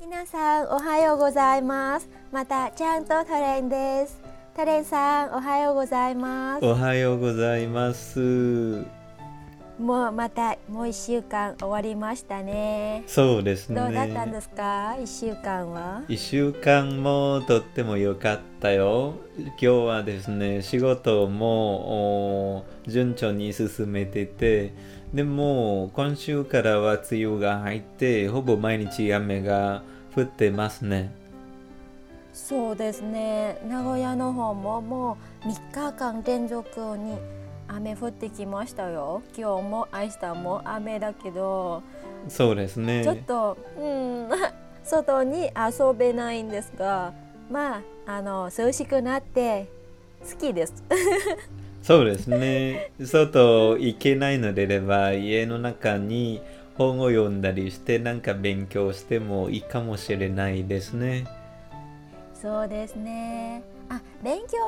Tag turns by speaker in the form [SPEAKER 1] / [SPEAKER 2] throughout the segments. [SPEAKER 1] 皆さんおはようございますまたちゃんとタレンですタレンさんおはようございます
[SPEAKER 2] おはようございます。
[SPEAKER 1] もうまたもう一週間終わりましたね
[SPEAKER 2] そうですね。
[SPEAKER 1] どうだったんですか一週間は
[SPEAKER 2] 一週間もとっても良かったよ。今日はですね、仕事もお順調に進めてて、でも今週からは梅雨が入って、ほぼ毎日雨が降ってますね。
[SPEAKER 1] そうですね名古屋の方ももう3日間連続に雨降ってきましたよ今日も明日も雨だけど
[SPEAKER 2] そうですね。
[SPEAKER 1] ちょっと、うん、 外に遊べないんですが、まあ、あの涼しくなって好きです。
[SPEAKER 2] そうですね。外行けないのであれば、家の中に本を読んだりして、なんか勉強してもいいかもしれないですね。
[SPEAKER 1] そうですね。あ、勉強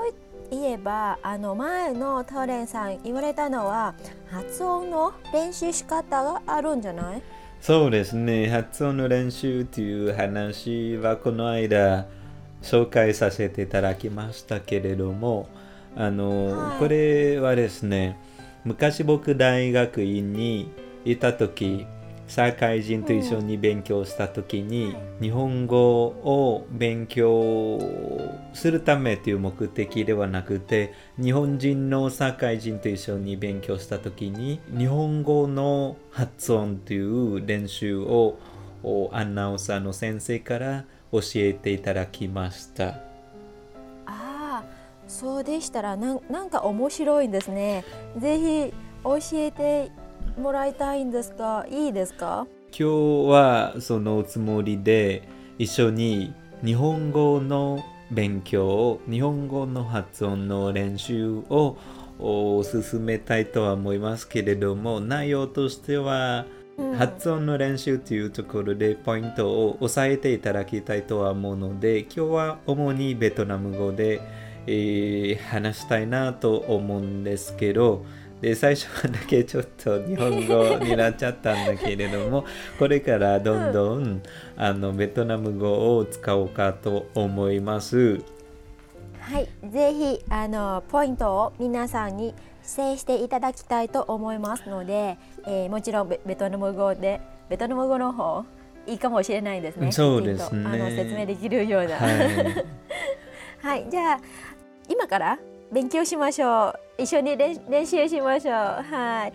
[SPEAKER 1] 言えば、あの前のトーレンさん言われたのは発音の練習仕方があるんじゃない？
[SPEAKER 2] そうですね。発音の練習という話はこの間紹介させていただきましたけれども、あの、
[SPEAKER 1] はい
[SPEAKER 2] これはですね、昔僕大学院にいた時、社会人と一緒に勉強した時に、日本語を勉強するためという目的ではなくて日本人の社会人と一緒に勉強した時に日本語の発音という練習をおアナウンサーの先生から教えていただきました
[SPEAKER 1] ああ、そうでしたらなんなんか面白いんですね。ぜひ教えてもらいたいんですが、いいですか？
[SPEAKER 2] 今日はそのつもりで一緒に日本語の勉強を日本語の発音の練習をお進めたいとは思いますけれども内容としては
[SPEAKER 1] うん
[SPEAKER 2] 発音の練習というところでポイントを押さえていただきたいとは思うので今日は主にベトナム語で、えー話したいなと思うんですけどで最初はだけちょっと日本語になっちゃったんだけれど もこれからどんどん、あのベトナム語を使おうかと思います。
[SPEAKER 1] はい、ぜひあのポイントを皆さんに指定していただきたいと思いますので、えーもちろんベベトナム語でベトナム語の方いいかもしれないですね。
[SPEAKER 2] そうです
[SPEAKER 1] きちん
[SPEAKER 2] ね
[SPEAKER 1] とあの説明できるような。はい、
[SPEAKER 2] はい、
[SPEAKER 1] じゃあ今から勉強しましょう。一緒に練練習しましょう。はい。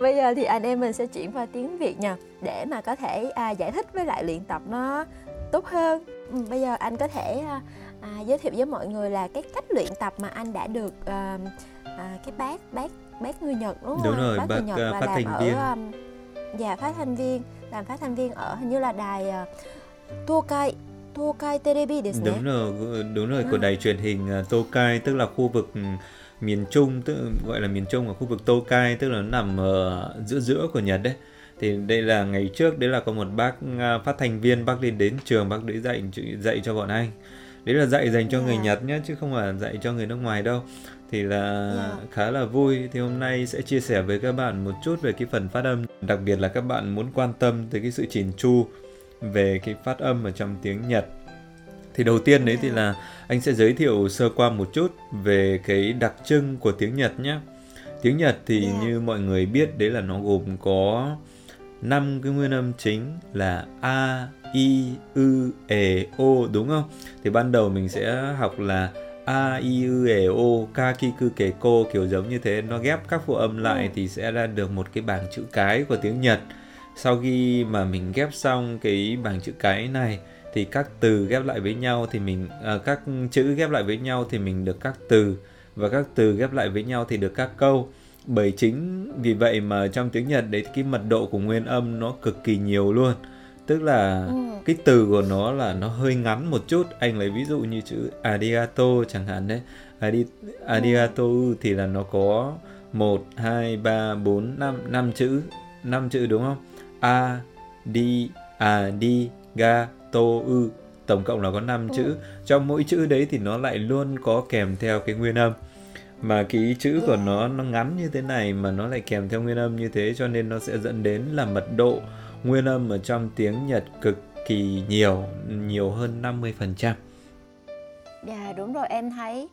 [SPEAKER 1] Bây giờ thì anh em mình sẽ chuyển qua tiếng Việt nha để mà có thể à, giải thích với lại luyện tập nó tốt hơn. Ừ, Bây giờ anh có thể à, à, giới thiệu với mọi người là cái cách luyện tập mà anh đã được à, à, cái bác bác bác người Nhật đúng không?
[SPEAKER 2] Đúng
[SPEAKER 1] ạ?
[SPEAKER 2] rồi,
[SPEAKER 1] người
[SPEAKER 2] bác,
[SPEAKER 1] Nhật
[SPEAKER 2] à,
[SPEAKER 1] là
[SPEAKER 2] phát
[SPEAKER 1] làm
[SPEAKER 2] thanh
[SPEAKER 1] ở
[SPEAKER 2] viên.
[SPEAKER 1] um, dạ phát thanh viên làm phát thanh viên ở hình như là đài à, Tokai Tokai Terebi đấy Vâng.
[SPEAKER 2] đúng rồi đúng rồi của đài truyền hình à, Tokai tức là khu vực ừ, miền Trung tức gọi là miền Trung ở khu vực Tokai tức là nó nằm ở giữa giữa của Nhật đấy thì đây là ngày trước đấy là có một bác à, phát thanh viên bác đi đến trường bác đấy dạy dạy cho bọn anh đấy là dạy dành cho người
[SPEAKER 1] Dạ.
[SPEAKER 2] Nhật nhé chứ không phải dạy cho người nước ngoài đâu thì là
[SPEAKER 1] Dạ.
[SPEAKER 2] khá là vui thì hôm nay sẽ chia sẻ với các bạn một chút về cái phần phát âm đặc biệt là các bạn muốn quan tâm tới cái sự chỉn chu về cái phát âm ở trong tiếng Nhật thì đầu tiên đấy thì
[SPEAKER 1] Dạ.
[SPEAKER 2] là anh sẽ giới thiệu sơ qua một chút về cái đặc trưng của tiếng Nhật nhé. Tiếng Nhật thì
[SPEAKER 1] Dạ.
[SPEAKER 2] như mọi người biết đấy là nó gồm có năm cái nguyên âm chính là a, i, ư, e, o đúng không? Thì ban đầu mình sẽ học là a, i, ư, e, o, ka, ki, ku, ke, ko kiểu giống như thế nó ghép các phụ âm lại
[SPEAKER 1] Ừ.
[SPEAKER 2] thì sẽ ra được một cái bảng chữ cái của tiếng Nhật. Sau khi mà mình ghép xong cái bảng chữ cái này thì các từ ghép lại với nhau thì mình à, các chữ ghép lại với nhau thì mình được các từ và các từ ghép lại với nhau thì được các câu bởi chính vì vậy mà trong tiếng Nhật đấy cái mật độ của nguyên âm nó cực kỳ nhiều luôn tức là
[SPEAKER 1] Ừ.
[SPEAKER 2] cái từ của nó là nó hơi ngắn một chút anh lấy ví dụ như chữ arigato chẳng hạn đấy Ari, arigato thì là nó có 1 2 3 4 5 5 chữ 5 chữ đúng không a đi à đi ga to ư tổng cộng là có 5
[SPEAKER 1] Ừ.
[SPEAKER 2] chữ trong mỗi chữ đấy thì nó lại luôn có kèm theo cái nguyên âm mà cái chữ của
[SPEAKER 1] Dạ.
[SPEAKER 2] nó nó ngắn như thế này mà nó lại kèm theo nguyên âm như thế cho nên nó sẽ dẫn đến là mật độ nguyên âm ở trong tiếng Nhật cực thì nhiều nhiều hơn 50%.
[SPEAKER 1] Dạ đúng rồi em thấy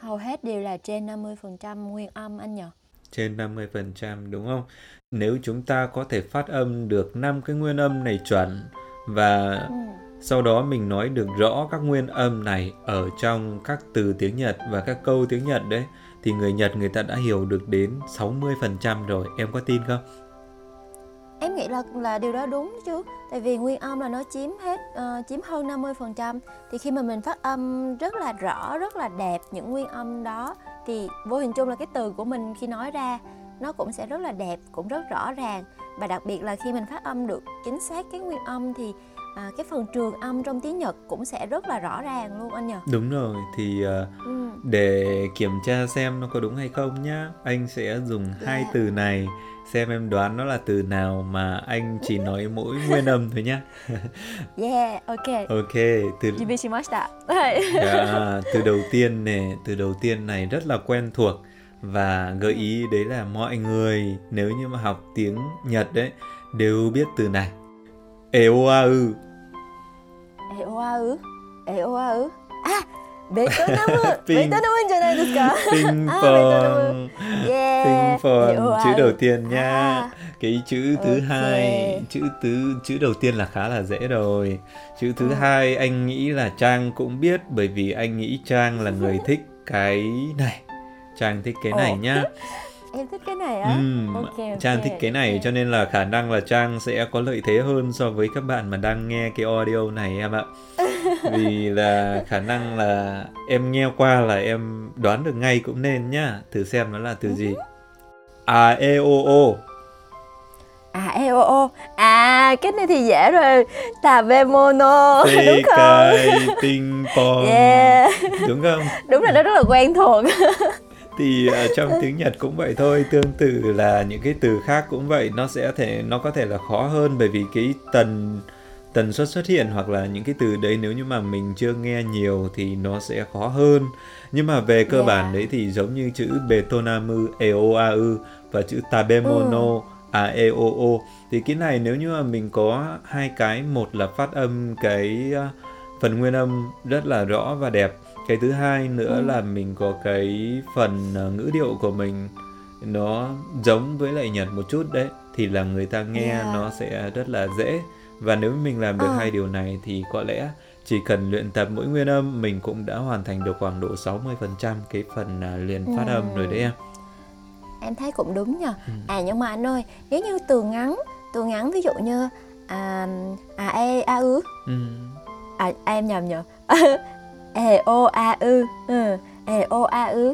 [SPEAKER 1] hầu hết đều là trên 50% nguyên âm anh nhở.
[SPEAKER 2] trên 50% đúng không? Nếu chúng ta có thể phát âm được 5 cái nguyên âm này chuẩn và
[SPEAKER 1] Ừ.
[SPEAKER 2] sau đó mình nói được rõ các nguyên âm này ở trong các từ tiếng Nhật và các câu tiếng Nhật đấy thì người Nhật người ta đã hiểu được đến 60% rồi, em có tin không?
[SPEAKER 1] Em nghĩ là là điều đó đúng chứ. Tại vì nguyên âm là nó chiếm hết ờ, chiếm hơn 50% thì khi mà mình phát âm rất là rõ, rất là đẹp những nguyên âm đó thì vô hình chung là cái từ của mình khi nói ra nó cũng sẽ rất là đẹp, cũng rất rõ ràng và đặc biệt là khi mình phát âm được chính xác cái nguyên âm thì à, cái phần trường âm trong tiếng Nhật cũng sẽ rất là rõ ràng luôn anh nhở.
[SPEAKER 2] Đúng rồi, thì ờ,
[SPEAKER 1] Ừ.
[SPEAKER 2] để kiểm tra xem nó có đúng hay không nhá. Anh sẽ dùng hai
[SPEAKER 1] Dạ.
[SPEAKER 2] từ này xem em đoán nó là từ nào mà anh chỉ nói mỗi nguyên âm thôi nhá.
[SPEAKER 1] Yeah, ok.
[SPEAKER 2] Ok, từ
[SPEAKER 1] 準備しました。はい。
[SPEAKER 2] Dạ, từ đầu tiên này, từ đầu tiên này rất là quen thuộc và gợi ý đấy là mọi người nếu như mà học tiếng Nhật đấy đều biết từ này. Eoau.
[SPEAKER 1] えおあうえおあうあベトナム
[SPEAKER 2] ピン
[SPEAKER 1] ベトナムじゃないですか
[SPEAKER 2] Ping
[SPEAKER 1] À,
[SPEAKER 2] pong.
[SPEAKER 1] y e
[SPEAKER 2] Ping pong chữ đầu tiên nha.
[SPEAKER 1] À.
[SPEAKER 2] Cái chữ thứ
[SPEAKER 1] Ok.
[SPEAKER 2] hai, chữ thứ chữ đầu tiên là khá là dễ rồi. Chữ thứ
[SPEAKER 1] Ừ.
[SPEAKER 2] hai anh nghĩ là Trang cũng biết bởi vì anh nghĩ Trang là người thích cái này. Trang thích cái này
[SPEAKER 1] Ồ.
[SPEAKER 2] nhá.
[SPEAKER 1] em thích cái này á
[SPEAKER 2] Ừm,
[SPEAKER 1] Dạ, ok, ok, dạ.
[SPEAKER 2] Trang thích cái này
[SPEAKER 1] ok.
[SPEAKER 2] cho nên là khả năng là Trang sẽ có lợi thế hơn so với các bạn mà đang nghe cái audio này em ạ. Vì là khả năng là em nghe qua là em đoán được ngay cũng nên nhá. Thử xem nó là
[SPEAKER 1] Ừ.
[SPEAKER 2] từ gì. À e o o.
[SPEAKER 1] à e o o à cái này thì dễ rồi tà bê mô nô đúng không
[SPEAKER 2] Sekai ping pong.
[SPEAKER 1] yeah
[SPEAKER 2] Đúng không?
[SPEAKER 1] đúng là nó rất là quen thuộc
[SPEAKER 2] thì ở trong tiếng Nhật cũng vậy thôi tương tự là những cái từ khác cũng vậy nó sẽ thể nó có thể là khó hơn bởi vì cái tần tần suất xuất hiện hoặc là những cái từ đấy nếu như mà mình chưa nghe nhiều thì nó sẽ khó hơn nhưng mà về cơ
[SPEAKER 1] Yeah.
[SPEAKER 2] bản đấy thì giống như chữ betonamu E eoau và chữ tabemono à, aeoo thì cái này nếu như mà mình có hai cái một là phát âm cái uh, phần nguyên âm rất là rõ và đẹp cái thứ hai nữa
[SPEAKER 1] Ừ.
[SPEAKER 2] là mình có cái phần ờ, ngữ điệu của mình nó giống với lại nhật một chút đấy thì là người ta nghe
[SPEAKER 1] Yeah.
[SPEAKER 2] nó sẽ rất là dễ và nếu mình làm được
[SPEAKER 1] Ờ.
[SPEAKER 2] hai điều này thì có lẽ chỉ cần luyện tập mỗi nguyên âm mình cũng đã hoàn thành được khoảng độ 60% cái phần à, liền phát
[SPEAKER 1] Ừ.
[SPEAKER 2] âm rồi đấy em.
[SPEAKER 1] em thấy cũng đúng nhờ à nhưng mà anh ơi nếu như từ ngắn từ ngắn ví dụ như à à e a ứ
[SPEAKER 2] Ừ.
[SPEAKER 1] À, à em nhầm nhờ E O A ư ừ. E O A ư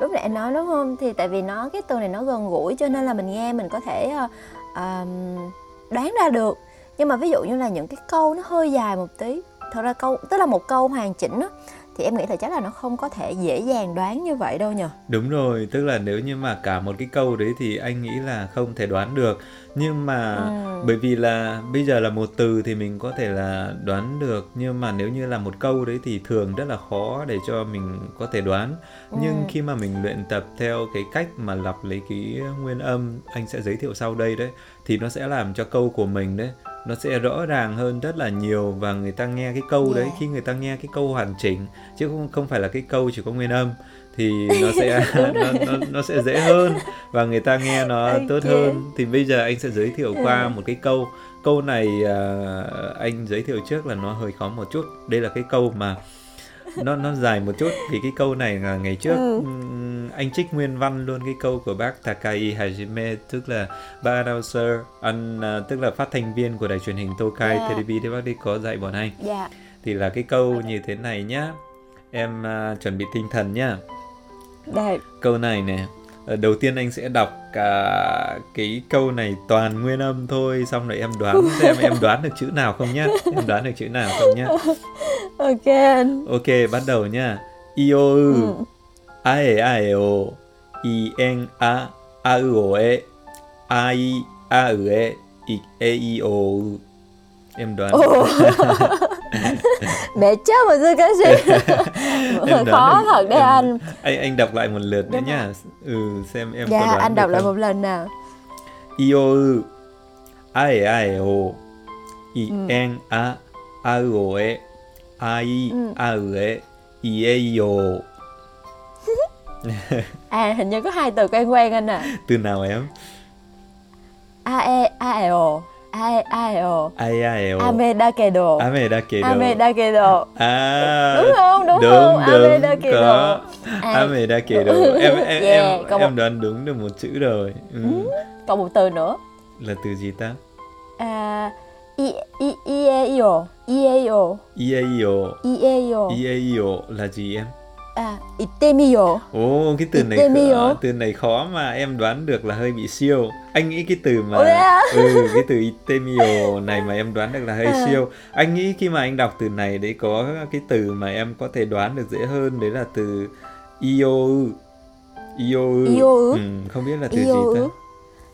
[SPEAKER 1] Lúc nãy em nói đúng không? Thì tại vì nó cái từ này nó gần gũi cho nên là mình nghe mình có thể ờ, ờm, đoán ra được Nhưng mà ví dụ như là những cái câu nó hơi dài một tí Thật ra câu tức là một câu hoàn chỉnh á Thì em nghĩ là chắc là nó không có thể dễ dàng đoán như vậy đâu nhờ
[SPEAKER 2] Đúng rồi, tức là nếu như mà cả một cái câu đấy thì anh nghĩ là không thể đoán được. Nhưng mà
[SPEAKER 1] Ừ.
[SPEAKER 2] bởi vì là bây giờ là một từ thì mình có thể là đoán được, nhưng mà nếu như là một câu đấy thì thường rất là khó để cho mình có thể đoán. Nhưng
[SPEAKER 1] Ừ.
[SPEAKER 2] khi mà mình luyện tập theo cái cách mà lặp lấy cái nguyên âm anh sẽ giới thiệu sau đây đấy thì nó sẽ làm cho câu của mình đấy nó sẽ rõ ràng hơn rất là nhiều và người ta nghe cái câu đấy
[SPEAKER 1] Yeah.
[SPEAKER 2] khi người ta nghe cái câu hoàn chỉnh chứ không không phải là cái câu chỉ có nguyên âm thì nó sẽ nó, nó nó sẽ dễ hơn và người ta nghe nó
[SPEAKER 1] Ok.
[SPEAKER 2] tốt hơn thì bây giờ anh sẽ giới thiệu qua
[SPEAKER 1] Ừ.
[SPEAKER 2] một cái câu câu này à, anh giới thiệu trước là nó hơi khó một chút đây là cái câu mà nó nó dài một chút vì cái câu này là ngày trước
[SPEAKER 1] Ừ.
[SPEAKER 2] ừm, anh trích nguyên văn luôn cái câu của bác Takai Hajime tức là ba announcer anh à, tức là phát thanh viên của đài truyền hình Tokai
[SPEAKER 1] Dạ.
[SPEAKER 2] TV thì bác đi có dạy bọn anh
[SPEAKER 1] Dạ
[SPEAKER 2] thì là cái câu như thế này nhá em à, chuẩn bị tinh thần nhá
[SPEAKER 1] Đây
[SPEAKER 2] câu này nè Ờ, đầu tiên anh sẽ đọc cả cái câu này toàn nguyên âm thôi xong rồi em đoán xem em đoán được chữ nào không nhá em đoán được chữ nào không nhá
[SPEAKER 1] Ok anh
[SPEAKER 2] ok bắt đầu nhá iou
[SPEAKER 1] Ừ.
[SPEAKER 2] a e a e o i en a a u o e a i a u e i e i o u em đoán
[SPEAKER 1] Ồ. Mẹ chết mà sư ca sĩ
[SPEAKER 2] đoán
[SPEAKER 1] Khó
[SPEAKER 2] được-
[SPEAKER 1] thật đấy
[SPEAKER 2] em-
[SPEAKER 1] anh
[SPEAKER 2] anh anh đọc lại một lượt nữa
[SPEAKER 1] Đúng
[SPEAKER 2] nhá ừ xem em có
[SPEAKER 1] Dạ
[SPEAKER 2] đoán
[SPEAKER 1] anh
[SPEAKER 2] được
[SPEAKER 1] đọc lại
[SPEAKER 2] không?
[SPEAKER 1] một lần nào
[SPEAKER 2] IOU AEAEO い
[SPEAKER 1] Ừ.
[SPEAKER 2] えんああうおえあい
[SPEAKER 1] Ừ.
[SPEAKER 2] あうえいえいよ
[SPEAKER 1] À hình như có hai từ quen quen anh à
[SPEAKER 2] từ nào em
[SPEAKER 1] A e a e o A e a e o
[SPEAKER 2] あやえお
[SPEAKER 1] Ame da kedo
[SPEAKER 2] 雨だけど
[SPEAKER 1] Ame da kedo
[SPEAKER 2] à
[SPEAKER 1] Đúng không? Ờ, Đúng không? Ame da kedo
[SPEAKER 2] có
[SPEAKER 1] À,
[SPEAKER 2] ame da kedo
[SPEAKER 1] Đúng.
[SPEAKER 2] em em
[SPEAKER 1] Yeah,
[SPEAKER 2] em
[SPEAKER 1] có
[SPEAKER 2] em
[SPEAKER 1] một-
[SPEAKER 2] đoán đúng được một chữ rồi ừ.
[SPEAKER 1] Còn một từ nữa
[SPEAKER 2] là từ gì ta
[SPEAKER 1] À I I I e o I e o
[SPEAKER 2] ieyo
[SPEAKER 1] I e o
[SPEAKER 2] ieyo là gì em
[SPEAKER 1] À itemiyo
[SPEAKER 2] Ồ, cái từ này
[SPEAKER 1] Itemiyo.
[SPEAKER 2] khó, từ này khó mà em đoán được là hơi bị siêu. Anh nghĩ cái từ mà
[SPEAKER 1] Ồ, thế à?
[SPEAKER 2] ừ, cái từ itemio này mà em đoán được là hơi
[SPEAKER 1] À.
[SPEAKER 2] siêu. Anh nghĩ khi mà anh đọc từ này đấy có cái từ mà em có thể đoán được dễ hơn đấy là từ iou. Iou.
[SPEAKER 1] Iou.
[SPEAKER 2] Ừ, không biết là từ
[SPEAKER 1] Iou.
[SPEAKER 2] gì ta?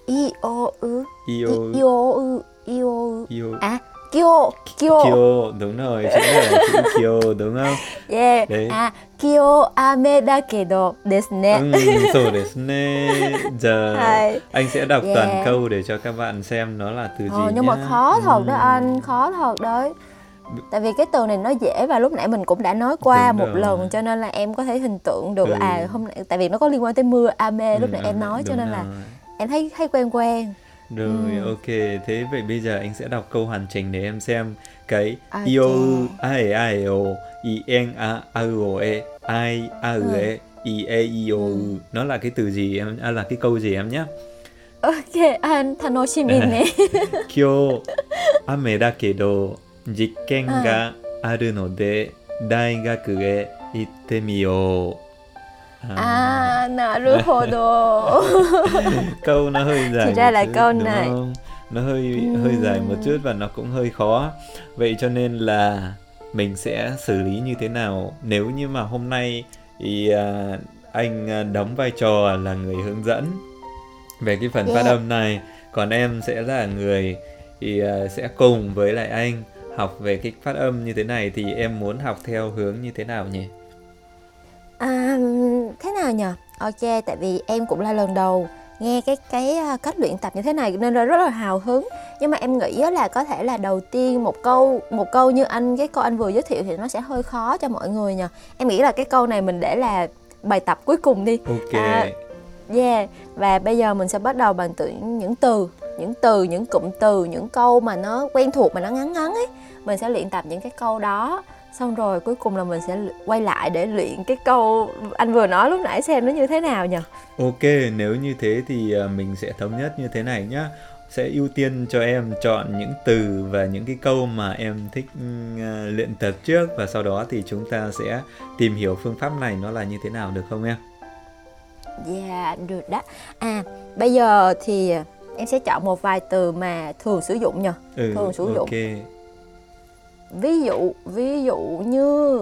[SPEAKER 1] I o u
[SPEAKER 2] Iou.
[SPEAKER 1] I o u I o u
[SPEAKER 2] Iou.
[SPEAKER 1] À kyo kyo
[SPEAKER 2] Kyo, đúng rồi, chữ này là chữ kyo đúng không?
[SPEAKER 1] Yeah
[SPEAKER 2] Đấy.
[SPEAKER 1] À kyo ame da kedo ですね
[SPEAKER 2] Ừ, rồi đấy nè. Giờ
[SPEAKER 1] Dạ. Hay.
[SPEAKER 2] anh sẽ đọc toàn
[SPEAKER 1] Yeah.
[SPEAKER 2] câu để cho các bạn xem nó là từ gì
[SPEAKER 1] Ờ, nhưng
[SPEAKER 2] nhá.
[SPEAKER 1] mà khó thật đó
[SPEAKER 2] Ừ.
[SPEAKER 1] anh khó thật đấy tại vì cái từ này nó dễ và lúc nãy mình cũng đã nói qua
[SPEAKER 2] Đúng
[SPEAKER 1] một
[SPEAKER 2] rồi.
[SPEAKER 1] lần cho nên là em có thể hình tượng được
[SPEAKER 2] Ừ.
[SPEAKER 1] à hôm nay tại vì nó có liên quan tới mưa ame lúc
[SPEAKER 2] Ừ,
[SPEAKER 1] nãy
[SPEAKER 2] ừ,
[SPEAKER 1] em nói cho
[SPEAKER 2] đúng
[SPEAKER 1] nên là
[SPEAKER 2] rồi.
[SPEAKER 1] em thấy thấy quen quen
[SPEAKER 2] Rồi,
[SPEAKER 1] Ừ.
[SPEAKER 2] ok, thế vậy bây giờ anh sẽ đọc câu hoàn chỉnh để em xem cái
[SPEAKER 1] Ok.
[SPEAKER 2] io ai ai o i en a a o e ai a
[SPEAKER 1] Ừ.
[SPEAKER 2] e i e i o u nó là cái từ gì em à, là cái câu gì em nhé
[SPEAKER 1] ok anh tanoshimi ne
[SPEAKER 2] Kyo ame da kedo jikken ga aru no de daigaku e itte miyo
[SPEAKER 1] à naruhodo
[SPEAKER 2] câu nó hơi dài
[SPEAKER 1] ra
[SPEAKER 2] một
[SPEAKER 1] là
[SPEAKER 2] chút,
[SPEAKER 1] câu
[SPEAKER 2] đúng
[SPEAKER 1] này.
[SPEAKER 2] không? nó hơi hơi dài một chút và nó cũng hơi khó vậy cho nên là mình sẽ xử lý như thế nào nếu như mà hôm nay thì à, anh à, đóng vai trò là người hướng dẫn về cái phần phát
[SPEAKER 1] Yeah.
[SPEAKER 2] âm này còn em sẽ là người thì à, sẽ cùng với lại anh học về cái phát âm như thế này thì em muốn học theo hướng như thế nào nhỉ
[SPEAKER 1] à, thế nào nhờ ok tại vì em cũng là lần đầu nghe cái cái à, cách luyện tập như thế này nên là rất là hào hứng nhưng mà em nghĩ á là có thể là đầu tiên một câu một câu như anh cái câu anh vừa giới thiệu thì nó sẽ hơi khó cho mọi người nhờ em nghĩ là cái câu này mình để là bài tập cuối cùng đi
[SPEAKER 2] ok
[SPEAKER 1] À, yeah và bây giờ mình sẽ bắt đầu bằng từ những từ những từ những cụm từ những câu mà nó quen thuộc mà nó ngắn ngắn ấy mình sẽ luyện tập những cái câu đó xong rồi cuối cùng là mình sẽ l- quay lại để luyện cái câu anh vừa nói lúc nãy xem nó như thế nào nhờ
[SPEAKER 2] Ok, nếu như thế thì à, mình sẽ thống nhất như thế này nhá. Sẽ ưu tiên cho em chọn những từ và những cái câu mà em thích ừm, à, luyện tập trước và sau đó thì chúng ta sẽ tìm hiểu phương pháp này nó là như thế nào được không em?
[SPEAKER 1] yeah được đó à bây giờ thì à, em sẽ chọn một vài từ mà thường sử dụng nhờ
[SPEAKER 2] Ừ,
[SPEAKER 1] Thường sử dụng.
[SPEAKER 2] ok.
[SPEAKER 1] ví dụ ví dụ như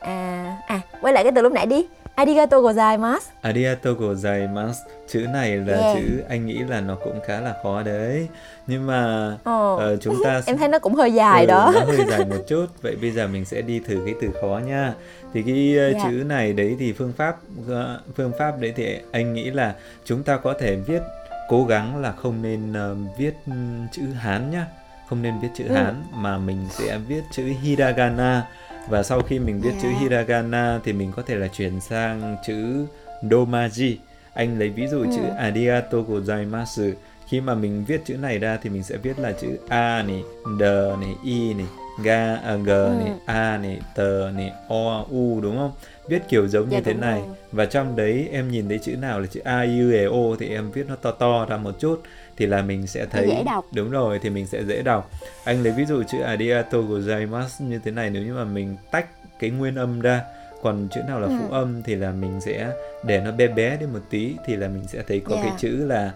[SPEAKER 1] à à quay lại cái từ lúc nãy đi arigato gozaimasu
[SPEAKER 2] Arigato gozaimasu. Chữ này là
[SPEAKER 1] Yeah.
[SPEAKER 2] chữ anh nghĩ là nó cũng khá là khó đấy. Nhưng mà
[SPEAKER 1] Ồ,
[SPEAKER 2] ờ, chúng ta sẽ-
[SPEAKER 1] em thấy nó cũng hơi dài
[SPEAKER 2] Ừ,
[SPEAKER 1] đó
[SPEAKER 2] nó hơi dài một chút vậy bây giờ mình sẽ đi thử cái từ khó nha thì cái ờ,
[SPEAKER 1] Dạ.
[SPEAKER 2] chữ này đấy thì phương pháp ờ, phương pháp đấy thì anh nghĩ là chúng ta có thể viết cố gắng là không nên ờ, viết ừm, chữ hán nhá không nên viết chữ
[SPEAKER 1] Ừ.
[SPEAKER 2] hán mà mình sẽ viết chữ hiragana và sau khi mình viết chữ
[SPEAKER 1] Dạ.
[SPEAKER 2] hiragana thì mình có thể là chuyển sang chữ domaji anh lấy ví dụ
[SPEAKER 1] Ừ.
[SPEAKER 2] chữ arigato gozaimasu khi mà mình viết chữ này ra thì mình sẽ viết là chữ a này d này i này ga à, g này
[SPEAKER 1] Ừ.
[SPEAKER 2] a này t này o u đúng không viết kiểu giống
[SPEAKER 1] Dạ,
[SPEAKER 2] như thế
[SPEAKER 1] đúng
[SPEAKER 2] này
[SPEAKER 1] rồi.
[SPEAKER 2] và trong đấy em nhìn thấy chữ nào là chữ a u e o thì em viết nó to to ra một chút thì là mình sẽ thấy
[SPEAKER 1] dễ đọc.
[SPEAKER 2] đúng rồi thì mình sẽ dễ đọc anh lấy ví dụ chữ arigato gozaimasu như thế này nếu như mà mình tách cái nguyên âm ra còn chữ nào là
[SPEAKER 1] Ừ.
[SPEAKER 2] phụ âm thì là mình sẽ để nó bé bé đi một tí thì là mình sẽ thấy có cái
[SPEAKER 1] Dạ.
[SPEAKER 2] chữ là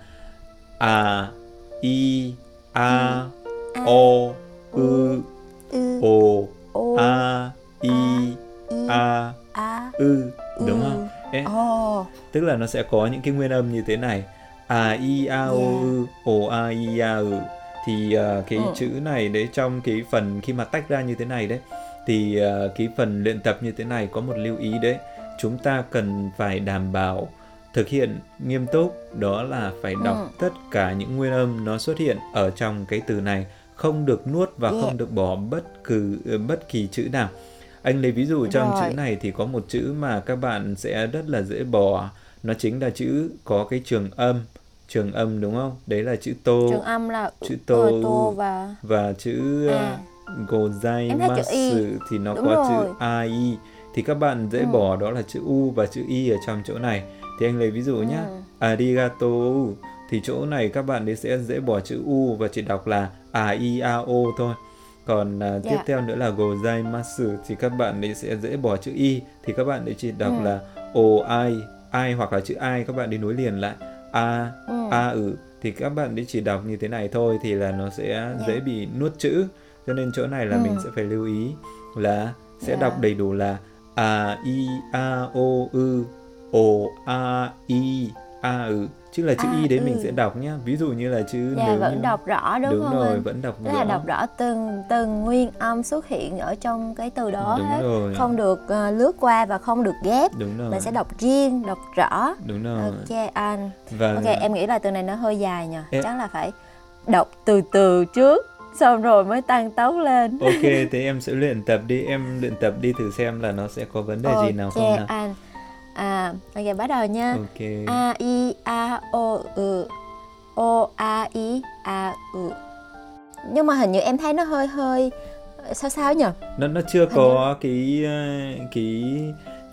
[SPEAKER 2] a i a
[SPEAKER 1] Ừ. A, Ừ.
[SPEAKER 2] o u
[SPEAKER 1] ư,
[SPEAKER 2] o
[SPEAKER 1] ô,
[SPEAKER 2] a i
[SPEAKER 1] i,
[SPEAKER 2] a
[SPEAKER 1] a,
[SPEAKER 2] ư à. đúng
[SPEAKER 1] Ừ.
[SPEAKER 2] không? Ê,
[SPEAKER 1] ồ
[SPEAKER 2] tức là nó sẽ có những cái nguyên âm như thế này a i a o u o a i a u thì à, cái
[SPEAKER 1] Ừ.
[SPEAKER 2] chữ này đấy trong cái phần khi mà tách ra như thế này đấy thì à, cái phần luyện tập như thế này có một lưu ý đấy chúng ta cần phải đảm bảo thực hiện nghiêm túc đó là phải đọc
[SPEAKER 1] Ừ.
[SPEAKER 2] tất cả những nguyên âm nó xuất hiện ở trong cái từ này không được nuốt và
[SPEAKER 3] Yeah.
[SPEAKER 2] không được bỏ bất cứ ờ, bất kỳ chữ nào. Anh lấy ví dụ trong
[SPEAKER 3] Rồi.
[SPEAKER 2] chữ này thì có một chữ mà các bạn sẽ rất là dễ bỏ, nó chính là chữ có cái trường âm, trường âm đúng không? Đấy là chữ tô
[SPEAKER 1] trường âm là
[SPEAKER 2] chữ
[SPEAKER 1] ờ,
[SPEAKER 2] tô-
[SPEAKER 1] tô và
[SPEAKER 2] và chữ
[SPEAKER 1] À. Em thấy chữ
[SPEAKER 2] gozaimasu thì nó
[SPEAKER 1] Đúng
[SPEAKER 2] có
[SPEAKER 1] rồi.
[SPEAKER 2] chữ ai thì các bạn dễ
[SPEAKER 1] Ừ.
[SPEAKER 2] bỏ đó là chữ u và chữ i ở trong chỗ này. Thì anh lấy ví dụ nhá.
[SPEAKER 1] Ừ.
[SPEAKER 2] Arigato thì chỗ này các bạn ấy sẽ dễ bỏ chữ u và chỉ đọc là a i a o thôi. Còn à, tiếp
[SPEAKER 1] Dạ.
[SPEAKER 2] theo nữa là gozaimasu thì các bạn ấy sẽ dễ bỏ chữ i thì các bạn ấy chỉ đọc
[SPEAKER 1] Ừ.
[SPEAKER 2] là o ai ai hoặc là chữ ai các bạn ấy nối liền lại a
[SPEAKER 1] ừ.
[SPEAKER 2] a ừ thì các bạn đi chỉ đọc như thế này thôi thì là nó sẽ dễ bị nuốt chữ cho nên chỗ này là
[SPEAKER 1] Dạ. Ừ.
[SPEAKER 2] mình sẽ phải lưu ý là sẽ
[SPEAKER 1] Dạ.
[SPEAKER 2] đọc đầy đủ là a i a o ư o a i a ừ chứ là chữ
[SPEAKER 1] A,
[SPEAKER 2] y đấy mình
[SPEAKER 1] ư.
[SPEAKER 2] sẽ đọc nhá ví dụ như là chữ
[SPEAKER 1] Dạ,
[SPEAKER 2] nếu
[SPEAKER 1] vẫn
[SPEAKER 2] như-
[SPEAKER 1] đọc rõ đúng,
[SPEAKER 2] đúng
[SPEAKER 1] không
[SPEAKER 2] rồi
[SPEAKER 1] anh?
[SPEAKER 2] vẫn đọc
[SPEAKER 1] Tức
[SPEAKER 2] rõ
[SPEAKER 1] là đọc rõ từng từng nguyên âm xuất hiện ở trong cái từ đó
[SPEAKER 2] đúng
[SPEAKER 1] hết.
[SPEAKER 2] rồi
[SPEAKER 1] Không được ờ, lướt qua và không được ghép.
[SPEAKER 2] đúng rồi
[SPEAKER 1] Mình sẽ đọc riêng, đọc rõ.
[SPEAKER 2] đúng rồi Ờ.
[SPEAKER 1] Ok anh.
[SPEAKER 2] và
[SPEAKER 1] Ok, em nghĩ là từ này nó hơi dài nhờ.
[SPEAKER 2] Em-
[SPEAKER 1] Chắc là phải đọc từ từ trước xong rồi mới tăng tốc lên.
[SPEAKER 2] ok thế em sẽ luyện tập đi em luyện tập đi thử xem là nó sẽ có vấn đề gì nào không
[SPEAKER 1] Ok,
[SPEAKER 2] nào
[SPEAKER 1] anh. À, ok bắt đầu nha.
[SPEAKER 2] ok
[SPEAKER 1] A i a o ừ. O a i a ừ. Nhưng mà hình như em thấy nó hơi hơi sao sao nhỉ?
[SPEAKER 2] nó nó chưa
[SPEAKER 1] Hình
[SPEAKER 2] có cái ờ, cái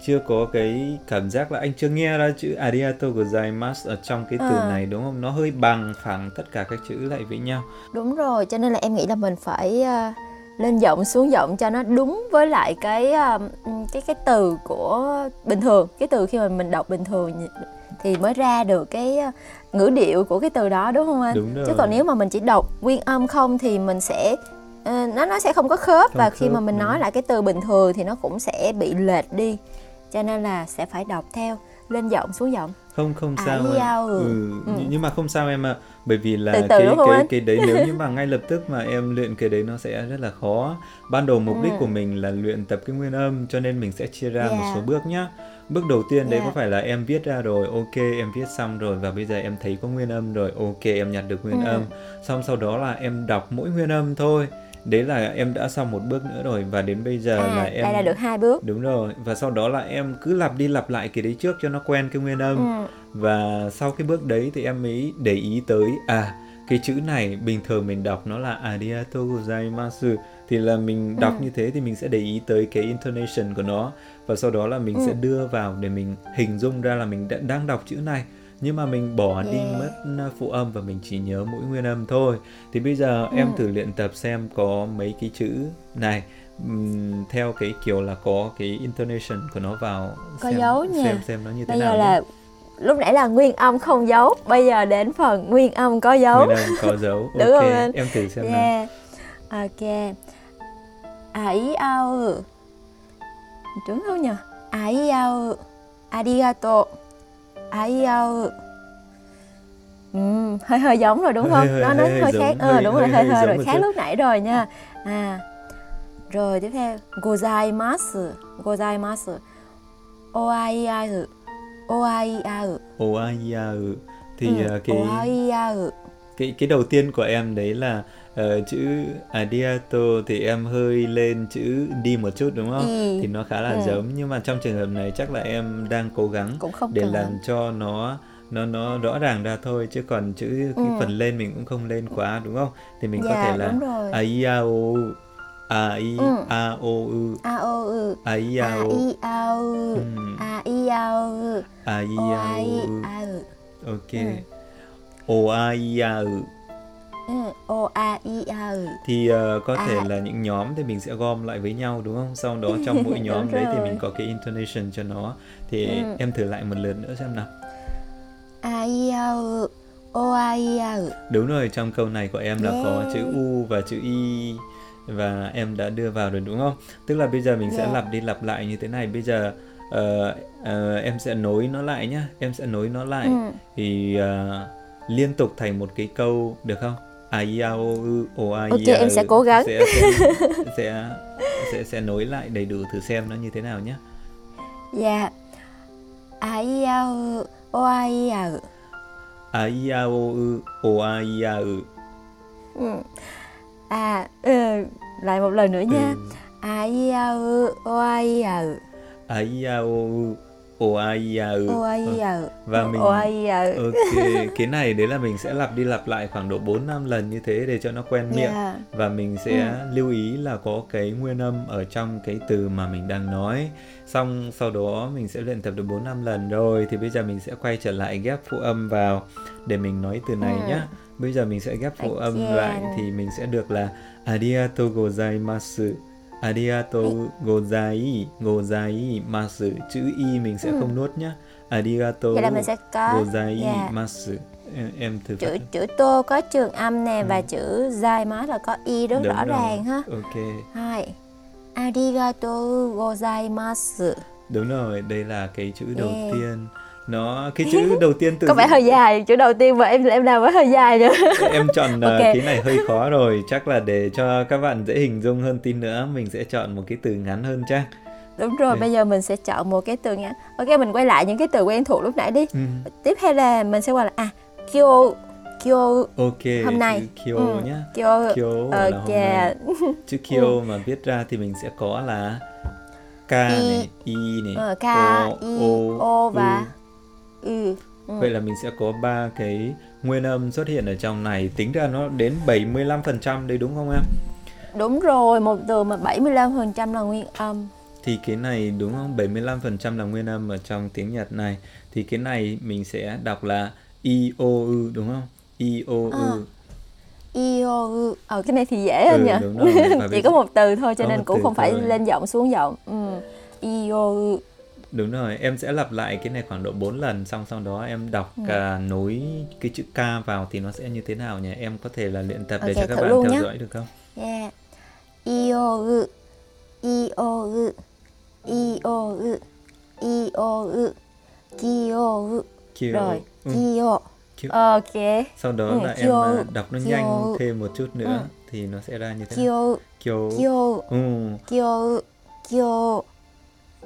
[SPEAKER 2] chưa có cái cảm giác là anh chưa nghe ra chữ arigato gozaimasu ở trong cái từ
[SPEAKER 1] Ờ.
[SPEAKER 2] này đúng không? Nó hơi bằng phẳng tất cả các chữ lại với nhau.
[SPEAKER 1] Đúng rồi, cho nên là em nghĩ là mình phải à, lên giọng xuống giọng cho nó đúng với lại cái à, ừm, cái cái từ của bình thường, cái từ khi mà mình đọc bình thường nhỉ- thì mới ra được cái à, ngữ điệu của cái từ đó đúng không anh?
[SPEAKER 2] Đúng rồi.
[SPEAKER 1] Vâng. Chứ còn nếu mà mình chỉ đọc nguyên âm không thì mình sẽ ờ, nó nó sẽ không có khớp
[SPEAKER 2] Không
[SPEAKER 1] và khi mà
[SPEAKER 2] khớp, ừ.
[SPEAKER 1] mình
[SPEAKER 2] đúng.
[SPEAKER 1] nói lại cái từ bình thường thì nó cũng sẽ bị lệch đi. Cho nên là sẽ phải đọc theo lên giọng xuống giọng. À,
[SPEAKER 2] không không sao em.
[SPEAKER 1] Arigato.
[SPEAKER 2] ừ.
[SPEAKER 1] Ừ.
[SPEAKER 2] nh- nhưng mà không sao em ạ bởi vì là
[SPEAKER 1] Từ từ
[SPEAKER 2] cái
[SPEAKER 1] đúng không
[SPEAKER 2] cái
[SPEAKER 1] anh?
[SPEAKER 2] cái đấy nếu như mà ngay lập tức mà em luyện cái đấy nó sẽ rất là khó ban đầu mục đích
[SPEAKER 1] Ừ.
[SPEAKER 2] của mình là luyện tập cái nguyên âm cho nên mình sẽ chia ra một
[SPEAKER 1] Yeah.
[SPEAKER 2] số bước nhá bước đầu tiên đấy có
[SPEAKER 1] Yeah.
[SPEAKER 2] phải là em viết ra rồi ok em viết xong rồi và bây giờ em thấy có nguyên âm rồi ok em nhặt được nguyên
[SPEAKER 1] Ừ.
[SPEAKER 2] âm xong sau đó là em đọc mỗi nguyên âm thôi đấy là em đã xong một bước nữa rồi và đến bây giờ là
[SPEAKER 1] À,
[SPEAKER 2] em
[SPEAKER 1] đây là được hai bước.
[SPEAKER 2] đúng rồi và sau đó là em cứ lặp đi lặp lại cái đấy trước cho nó quen cái nguyên âm
[SPEAKER 1] Ừ.
[SPEAKER 2] và sau cái bước đấy thì em mới để ý tới à cái chữ này bình thường mình đọc nó là arigato gozaimasu thì là mình đọc
[SPEAKER 1] Ừ.
[SPEAKER 2] như thế thì mình sẽ để ý tới cái intonation của nó và sau đó là mình
[SPEAKER 1] Ừ.
[SPEAKER 2] sẽ đưa vào để mình hình dung ra là mình đã, đang đọc chữ này nhưng mà mình bỏ đi
[SPEAKER 1] Yeah.
[SPEAKER 2] mất à, phụ âm và mình chỉ nhớ mỗi nguyên âm thôi thì bây giờ em
[SPEAKER 1] Ừ.
[SPEAKER 2] thử luyện tập xem có mấy cái chữ này ừm, theo cái kiểu là có cái intonation của nó vào
[SPEAKER 1] Có
[SPEAKER 2] xem,
[SPEAKER 1] dấu nha.
[SPEAKER 2] xem xem nó như thế
[SPEAKER 1] Bây giờ
[SPEAKER 2] nào nhé.
[SPEAKER 1] là lúc nãy là nguyên âm không dấu, bây giờ đến phần nguyên âm có dấu.
[SPEAKER 2] Nguyên âm có dấu.
[SPEAKER 1] Đúng
[SPEAKER 2] ok,
[SPEAKER 1] không anh?
[SPEAKER 2] em thử xem nào.
[SPEAKER 1] Yeah. Dạ. Ok. Ái ao. ừ. Đúng không nhỉ? Ái ao. ừ. Arigato. Ái ao. ừ. Ừm, hơi hơi giống rồi đúng
[SPEAKER 2] Hơi-
[SPEAKER 1] không?
[SPEAKER 2] hơi-
[SPEAKER 1] nó nó
[SPEAKER 2] hơi- hơi
[SPEAKER 1] hơi khác.
[SPEAKER 2] giống,
[SPEAKER 1] Ờ
[SPEAKER 2] hơi-
[SPEAKER 1] đúng rồi,
[SPEAKER 2] hơi-
[SPEAKER 1] hơi
[SPEAKER 2] hơi
[SPEAKER 1] hơi
[SPEAKER 2] giống
[SPEAKER 1] rồi,
[SPEAKER 2] một
[SPEAKER 1] khác
[SPEAKER 2] chút.
[SPEAKER 1] lúc nãy rồi nha. À. Rồi tiếp theo, gozaimasu. Gozaimasu. Oaiau. Oaiau.
[SPEAKER 2] Oaiau. Thì
[SPEAKER 1] Ừ,
[SPEAKER 2] uh, cái
[SPEAKER 1] Oaiau.
[SPEAKER 2] cái cái đầu tiên của em đấy là ờ, chữ adiato thì em hơi lên chữ đi một chút đúng không?
[SPEAKER 1] Ừ.
[SPEAKER 2] Thì nó khá là
[SPEAKER 1] Ừ.
[SPEAKER 2] giống nhưng mà trong trường hợp này chắc là em đang cố gắng
[SPEAKER 1] Cũng không
[SPEAKER 2] để
[SPEAKER 1] cần.
[SPEAKER 2] làm cho nó nó nó rõ ràng ra thôi chứ còn chữ cái
[SPEAKER 1] Ừ.
[SPEAKER 2] phần lên mình cũng không lên quá đúng không? Thì mình có
[SPEAKER 1] Dạ,
[SPEAKER 2] thể là
[SPEAKER 1] đúng rồi.
[SPEAKER 2] aiao ai
[SPEAKER 1] Ừ.
[SPEAKER 2] a o u
[SPEAKER 1] A o ừ. u. A
[SPEAKER 2] aiao
[SPEAKER 1] i a u.
[SPEAKER 2] Ừm. ừ.
[SPEAKER 1] A i a u. O a i
[SPEAKER 2] aiao
[SPEAKER 1] a u.
[SPEAKER 2] Ok.
[SPEAKER 1] Ừ.
[SPEAKER 2] O A I A ừ.
[SPEAKER 1] Ừ, O a i a u.
[SPEAKER 2] Thì ờ, có thể
[SPEAKER 1] À.
[SPEAKER 2] là những nhóm thì mình sẽ gom lại với nhau đúng không? Sau đó trong mỗi nhóm
[SPEAKER 1] Đúng
[SPEAKER 2] đấy thì
[SPEAKER 1] rồi.
[SPEAKER 2] mình có cái intonation cho nó. Thì
[SPEAKER 1] Ừ.
[SPEAKER 2] em thử lại một lượt nữa xem nào.
[SPEAKER 1] A i a u. O a i a u.
[SPEAKER 2] Đúng rồi, trong câu này của em là có
[SPEAKER 1] Yeah.
[SPEAKER 2] chữ U và chữ I và em đã đưa vào rồi đúng không? Tức là bây giờ mình sẽ
[SPEAKER 1] Yeah.
[SPEAKER 2] lặp đi lặp lại như thế này. Bây giờ ờ, ờ, em sẽ nối nó lại nhá. Em sẽ nối nó lại.
[SPEAKER 1] Ừ.
[SPEAKER 2] Thì ờ, liên tục thành một cái câu được không? Ai ao ư o ai
[SPEAKER 1] Ok,
[SPEAKER 2] ya,
[SPEAKER 1] em sẽ
[SPEAKER 2] ừ.
[SPEAKER 1] cố gắng.
[SPEAKER 2] sẽ sẽ, sẽ sẽ sẽ nối lại đầy đủ thử xem nó như thế nào nhé.
[SPEAKER 1] Dạ. A i a u. O a i a u.
[SPEAKER 2] Ai ao ư o ai ya, ừ.
[SPEAKER 1] Ừ. à ừ, lại một lần nữa nha
[SPEAKER 2] うん
[SPEAKER 1] ai ao oai ao
[SPEAKER 2] あいあおう、おあいあう.
[SPEAKER 1] oai ao
[SPEAKER 2] Ừ. Và mình
[SPEAKER 1] oai ao
[SPEAKER 2] Ok, cái này đấy là mình sẽ lặp đi lặp lại khoảng độ 4 5 lần như thế để cho nó quen miệng.
[SPEAKER 1] yeah.
[SPEAKER 2] Và mình sẽ
[SPEAKER 1] Ừ.
[SPEAKER 2] lưu ý là có cái nguyên âm ở trong cái từ mà mình đang nói. Xong sau đó mình sẽ luyện tập được 4 5 lần rồi thì bây giờ mình sẽ quay trở lại ghép phụ âm vào để mình nói từ này
[SPEAKER 1] Ừ.
[SPEAKER 2] nhé. Bây giờ mình sẽ ghép phụ âm
[SPEAKER 1] Again.
[SPEAKER 2] lại thì mình sẽ được là arigatou gozaimasu. Arigatou gozai gozaimasu. Chữ y mình sẽ
[SPEAKER 1] Ừ.
[SPEAKER 2] không nuốt nhé. Arigatou
[SPEAKER 1] vậy là mình sẽ có dạ.
[SPEAKER 2] gozaimasu. Em, em thử
[SPEAKER 1] chữ
[SPEAKER 2] phát
[SPEAKER 1] chữ tô có trường âm nè và chữ dài má là có y rất
[SPEAKER 2] Ừ. Đúng
[SPEAKER 1] rõ
[SPEAKER 2] rồi.
[SPEAKER 1] ràng ha
[SPEAKER 2] Ok.
[SPEAKER 1] hai arigato gozaimasu
[SPEAKER 2] Đúng rồi, đây là cái chữ đầu
[SPEAKER 1] Yeah.
[SPEAKER 2] tiên. Nó cái chữ đầu tiên từ
[SPEAKER 3] có vẻ hơi dài chữ đầu tiên mà em em làm với hơi dài nữa
[SPEAKER 2] em chọn ờ,
[SPEAKER 3] Ok.
[SPEAKER 2] cái này hơi khó rồi, chắc là để cho các bạn dễ hình dung hơn tí nữa mình sẽ chọn một cái từ ngắn hơn chắc.
[SPEAKER 1] đúng rồi
[SPEAKER 2] Đây.
[SPEAKER 1] bây giờ mình sẽ chọn một cái từ ngắn ok mình quay lại những cái từ quen thuộc lúc nãy đi
[SPEAKER 2] Ừ,
[SPEAKER 1] tiếp theo là mình sẽ qua là à kyo kyo
[SPEAKER 2] Ok,
[SPEAKER 1] Hôm nay.
[SPEAKER 2] chữ kyo
[SPEAKER 1] Ừ.
[SPEAKER 2] nhá.
[SPEAKER 1] kyo ờ,
[SPEAKER 2] Kyo là hôm
[SPEAKER 1] ok Ừ.
[SPEAKER 2] nay. Chữ kyo mà viết ra thì mình sẽ có là k này, i này,
[SPEAKER 1] Ờ, k
[SPEAKER 2] o,
[SPEAKER 1] i
[SPEAKER 2] o,
[SPEAKER 1] o
[SPEAKER 2] u.
[SPEAKER 1] và ừ. u
[SPEAKER 2] Vậy là mình sẽ có ba cái nguyên âm xuất hiện ở trong này, tính ra nó đến 75% đấy đúng không em?
[SPEAKER 1] đúng rồi một từ mà 75% là nguyên âm
[SPEAKER 2] thì cái này đúng không 75% là nguyên âm ở trong tiếng Nhật này thì cái này mình sẽ đọc là i o u đúng không i o u
[SPEAKER 1] Ờ, i o u ờ cái này thì dễ hơn
[SPEAKER 2] Ừ,
[SPEAKER 1] nhỉ
[SPEAKER 2] đúng rồi. Và
[SPEAKER 1] chỉ
[SPEAKER 2] bây
[SPEAKER 1] có
[SPEAKER 2] giờ-
[SPEAKER 1] một từ thôi cho
[SPEAKER 2] có
[SPEAKER 1] nên
[SPEAKER 2] một
[SPEAKER 1] cũng
[SPEAKER 2] từ
[SPEAKER 1] không phải
[SPEAKER 2] thôi.
[SPEAKER 1] lên giọng xuống giọng ừ. i o u
[SPEAKER 2] đúng rồi em sẽ lặp lại cái này khoảng độ 4 lần xong sau đó em đọc
[SPEAKER 1] Ừ.
[SPEAKER 2] à, nối cái chữ k vào thì nó sẽ như thế nào nhỉ em có thể là luyện tập để
[SPEAKER 1] Ok,
[SPEAKER 2] cho các
[SPEAKER 1] thử
[SPEAKER 2] bạn
[SPEAKER 1] luôn
[SPEAKER 2] theo
[SPEAKER 1] nhá.
[SPEAKER 2] dõi được không
[SPEAKER 1] yeah i o u i o u i o u i o u ki o u
[SPEAKER 2] Kyo.
[SPEAKER 1] rồi
[SPEAKER 2] Ừ, Dạ.
[SPEAKER 1] ki o
[SPEAKER 2] Kyo.
[SPEAKER 1] ok
[SPEAKER 2] sau đó
[SPEAKER 1] Ừ,
[SPEAKER 2] là em
[SPEAKER 1] Kyo.
[SPEAKER 2] à, đọc nó nhanh
[SPEAKER 1] Kyo.
[SPEAKER 2] thêm một chút nữa thì nó sẽ ra như thế
[SPEAKER 1] ki
[SPEAKER 2] nào
[SPEAKER 1] o u
[SPEAKER 2] kyo
[SPEAKER 1] ki o u
[SPEAKER 2] ừ.
[SPEAKER 1] kyo kyo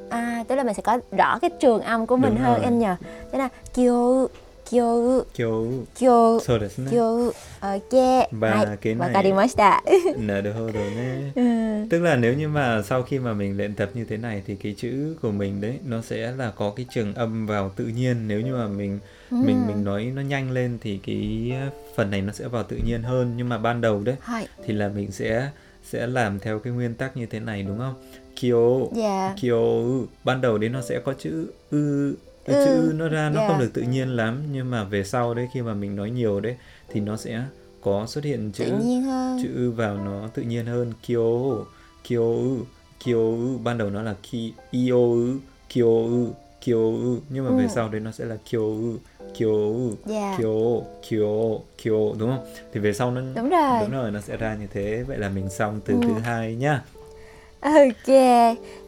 [SPEAKER 1] à tức là mình sẽ có rõ cái trường âm của mình
[SPEAKER 2] Đúng
[SPEAKER 1] hơn
[SPEAKER 2] rồi.
[SPEAKER 1] em nhờ thế là kyo kyo
[SPEAKER 2] kyo
[SPEAKER 1] kyo
[SPEAKER 2] so desu ne
[SPEAKER 1] kyo ok
[SPEAKER 2] Và cái này-
[SPEAKER 1] wakarimashita
[SPEAKER 2] nở được rồi đấy
[SPEAKER 1] Ừ.
[SPEAKER 2] tức là nếu như mà sau khi mà mình luyện tập như thế này thì cái chữ của mình đấy nó sẽ là có cái trường âm vào tự nhiên nếu như mà mình
[SPEAKER 1] Ừ.
[SPEAKER 2] mình mình nói nó nhanh lên thì cái phần này nó sẽ vào tự nhiên hơn nhưng mà ban đầu đấy
[SPEAKER 1] hai
[SPEAKER 2] thì là mình sẽ sẽ làm theo cái nguyên tắc như thế này đúng không kyo
[SPEAKER 1] dạ
[SPEAKER 2] kyo ban đầu đấy nó sẽ có chữ ư cái
[SPEAKER 1] Ừ,
[SPEAKER 2] chữ ư nó ra nó không
[SPEAKER 1] dạ.
[SPEAKER 2] được tự nhiên lắm nhưng mà về sau đấy khi mà mình nói nhiều đấy thì nó sẽ có xuất hiện chữ
[SPEAKER 1] tự nhiên hơn
[SPEAKER 2] chữ ư vào nó tự nhiên hơn kyo kyo ư kyo ư ban đầu nó là ki io ư kyo ư kyo ư nhưng mà về
[SPEAKER 1] Ừ.
[SPEAKER 2] sau đấy nó sẽ là kyo ư kyo ư
[SPEAKER 1] dạ
[SPEAKER 2] kyo kyo kyo đúng không thì về sau nó
[SPEAKER 1] đúng rồi
[SPEAKER 2] đúng rồi nó sẽ ra như thế vậy là mình xong từ
[SPEAKER 1] Ừ.
[SPEAKER 2] thứ hai nhá
[SPEAKER 1] ok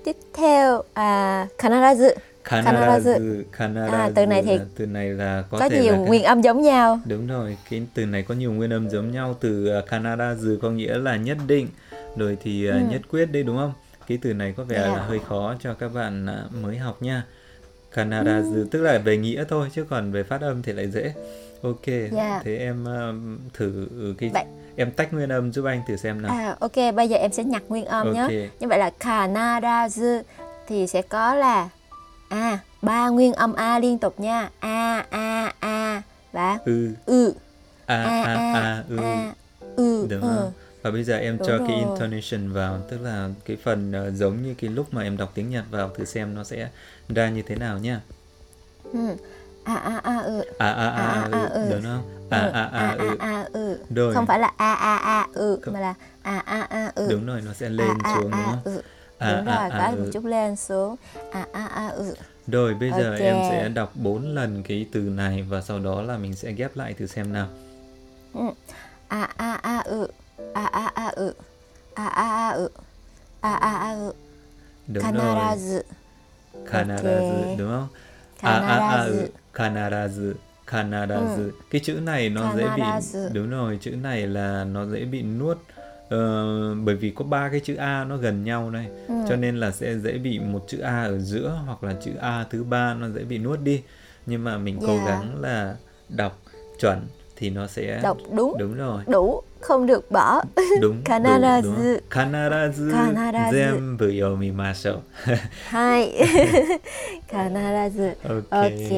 [SPEAKER 1] tiếp theo à kanarazu
[SPEAKER 2] kanarazu kanarazu
[SPEAKER 1] À, từ này thì
[SPEAKER 2] là- từ này là có,
[SPEAKER 1] có
[SPEAKER 2] thể
[SPEAKER 1] nhiều
[SPEAKER 2] là
[SPEAKER 1] nguyên âm giống nhau
[SPEAKER 2] Đúng rồi, cái từ này có nhiều nguyên âm giống nhau từ ờ, Canada dừ có nghĩa là nhất định, rồi thì ờ,
[SPEAKER 1] Ừ.
[SPEAKER 2] nhất quyết đấy đúng không? Cái từ này có vẻ
[SPEAKER 1] Dạ.
[SPEAKER 2] là hơi khó cho các bạn ờ, mới học nha. Canada
[SPEAKER 1] Ừ.
[SPEAKER 2] dừ tức là về nghĩa thôi chứ còn về phát âm thì lại dễ. Ok,
[SPEAKER 1] Dạ.
[SPEAKER 2] thế em ờ, thử cái
[SPEAKER 1] Vậy-
[SPEAKER 2] em tách nguyên âm giúp anh thử xem nào.
[SPEAKER 1] à ok bây giờ em sẽ nhặt nguyên À, âm nhé
[SPEAKER 2] ok.
[SPEAKER 1] như vậy là kanarazu thì sẽ có là à ba nguyên âm a liên tục nha a a a và
[SPEAKER 2] Ư
[SPEAKER 1] ư
[SPEAKER 2] a
[SPEAKER 1] a
[SPEAKER 2] a a
[SPEAKER 1] a
[SPEAKER 2] ư.
[SPEAKER 1] a ư
[SPEAKER 2] Đúng
[SPEAKER 1] ừ.
[SPEAKER 2] Ừ. rồi. Và bây giờ em
[SPEAKER 1] Đúng
[SPEAKER 2] cho cái
[SPEAKER 1] rồi.
[SPEAKER 2] intonation vào, tức là cái phần ờ, giống như cái lúc mà em đọc tiếng Nhật vào thử xem nó sẽ ra như thế nào nhá.
[SPEAKER 1] ừ. a a a ư
[SPEAKER 2] À à à,
[SPEAKER 1] À, à,
[SPEAKER 2] ừ,
[SPEAKER 1] ừ.
[SPEAKER 2] đúng không? À à à ừ.
[SPEAKER 1] a ư
[SPEAKER 2] Rồi,
[SPEAKER 1] không phải ừ. là a a a ư
[SPEAKER 2] Không.
[SPEAKER 1] mà là a a a ư
[SPEAKER 2] đúng rồi, nó sẽ lên
[SPEAKER 1] a,
[SPEAKER 2] xuống đúng
[SPEAKER 1] a,
[SPEAKER 2] không?
[SPEAKER 1] ừ.
[SPEAKER 2] À,
[SPEAKER 1] À, đúng
[SPEAKER 2] à,
[SPEAKER 1] rồi
[SPEAKER 2] à,
[SPEAKER 1] có
[SPEAKER 2] ừ.
[SPEAKER 1] một chút lên xuống a a a ư
[SPEAKER 2] Rồi, bây giờ
[SPEAKER 1] Ok.
[SPEAKER 2] em sẽ đọc 4 lần cái từ này và sau đó là mình sẽ ghép lại thử xem nào.
[SPEAKER 1] a a a ư a a a ư a a a ư a a a ư
[SPEAKER 2] Đúng rồi.
[SPEAKER 1] kanarazu
[SPEAKER 2] Kanarazu,
[SPEAKER 1] Ok.
[SPEAKER 2] đúng không? À à à
[SPEAKER 1] Kanarazu.
[SPEAKER 2] ừ. Kanarazu, kanarazu.
[SPEAKER 1] Ừ.
[SPEAKER 2] Cái chữ này nó dễ bị
[SPEAKER 1] Kanarazu.
[SPEAKER 2] đúng rồi, chữ này là nó dễ bị nuốt ờ, bởi vì có ba cái chữ a nó gần nhau này.
[SPEAKER 1] Ừ.
[SPEAKER 2] cho nên là sẽ dễ bị một chữ a ở giữa hoặc là chữ a thứ ba nó dễ bị nuốt đi nhưng mà mình cố
[SPEAKER 1] Dạ.
[SPEAKER 2] gắng là đọc chuẩn thì nó sẽ
[SPEAKER 1] đọc đúng
[SPEAKER 2] đúng rồi
[SPEAKER 1] đủ không được bỏ
[SPEAKER 2] đúng
[SPEAKER 1] Kanarazu.
[SPEAKER 2] đúng, đúng. Kanarazu,
[SPEAKER 1] Kanarazu.
[SPEAKER 2] 全部読みましょう
[SPEAKER 1] hai kanarazu ok
[SPEAKER 2] OK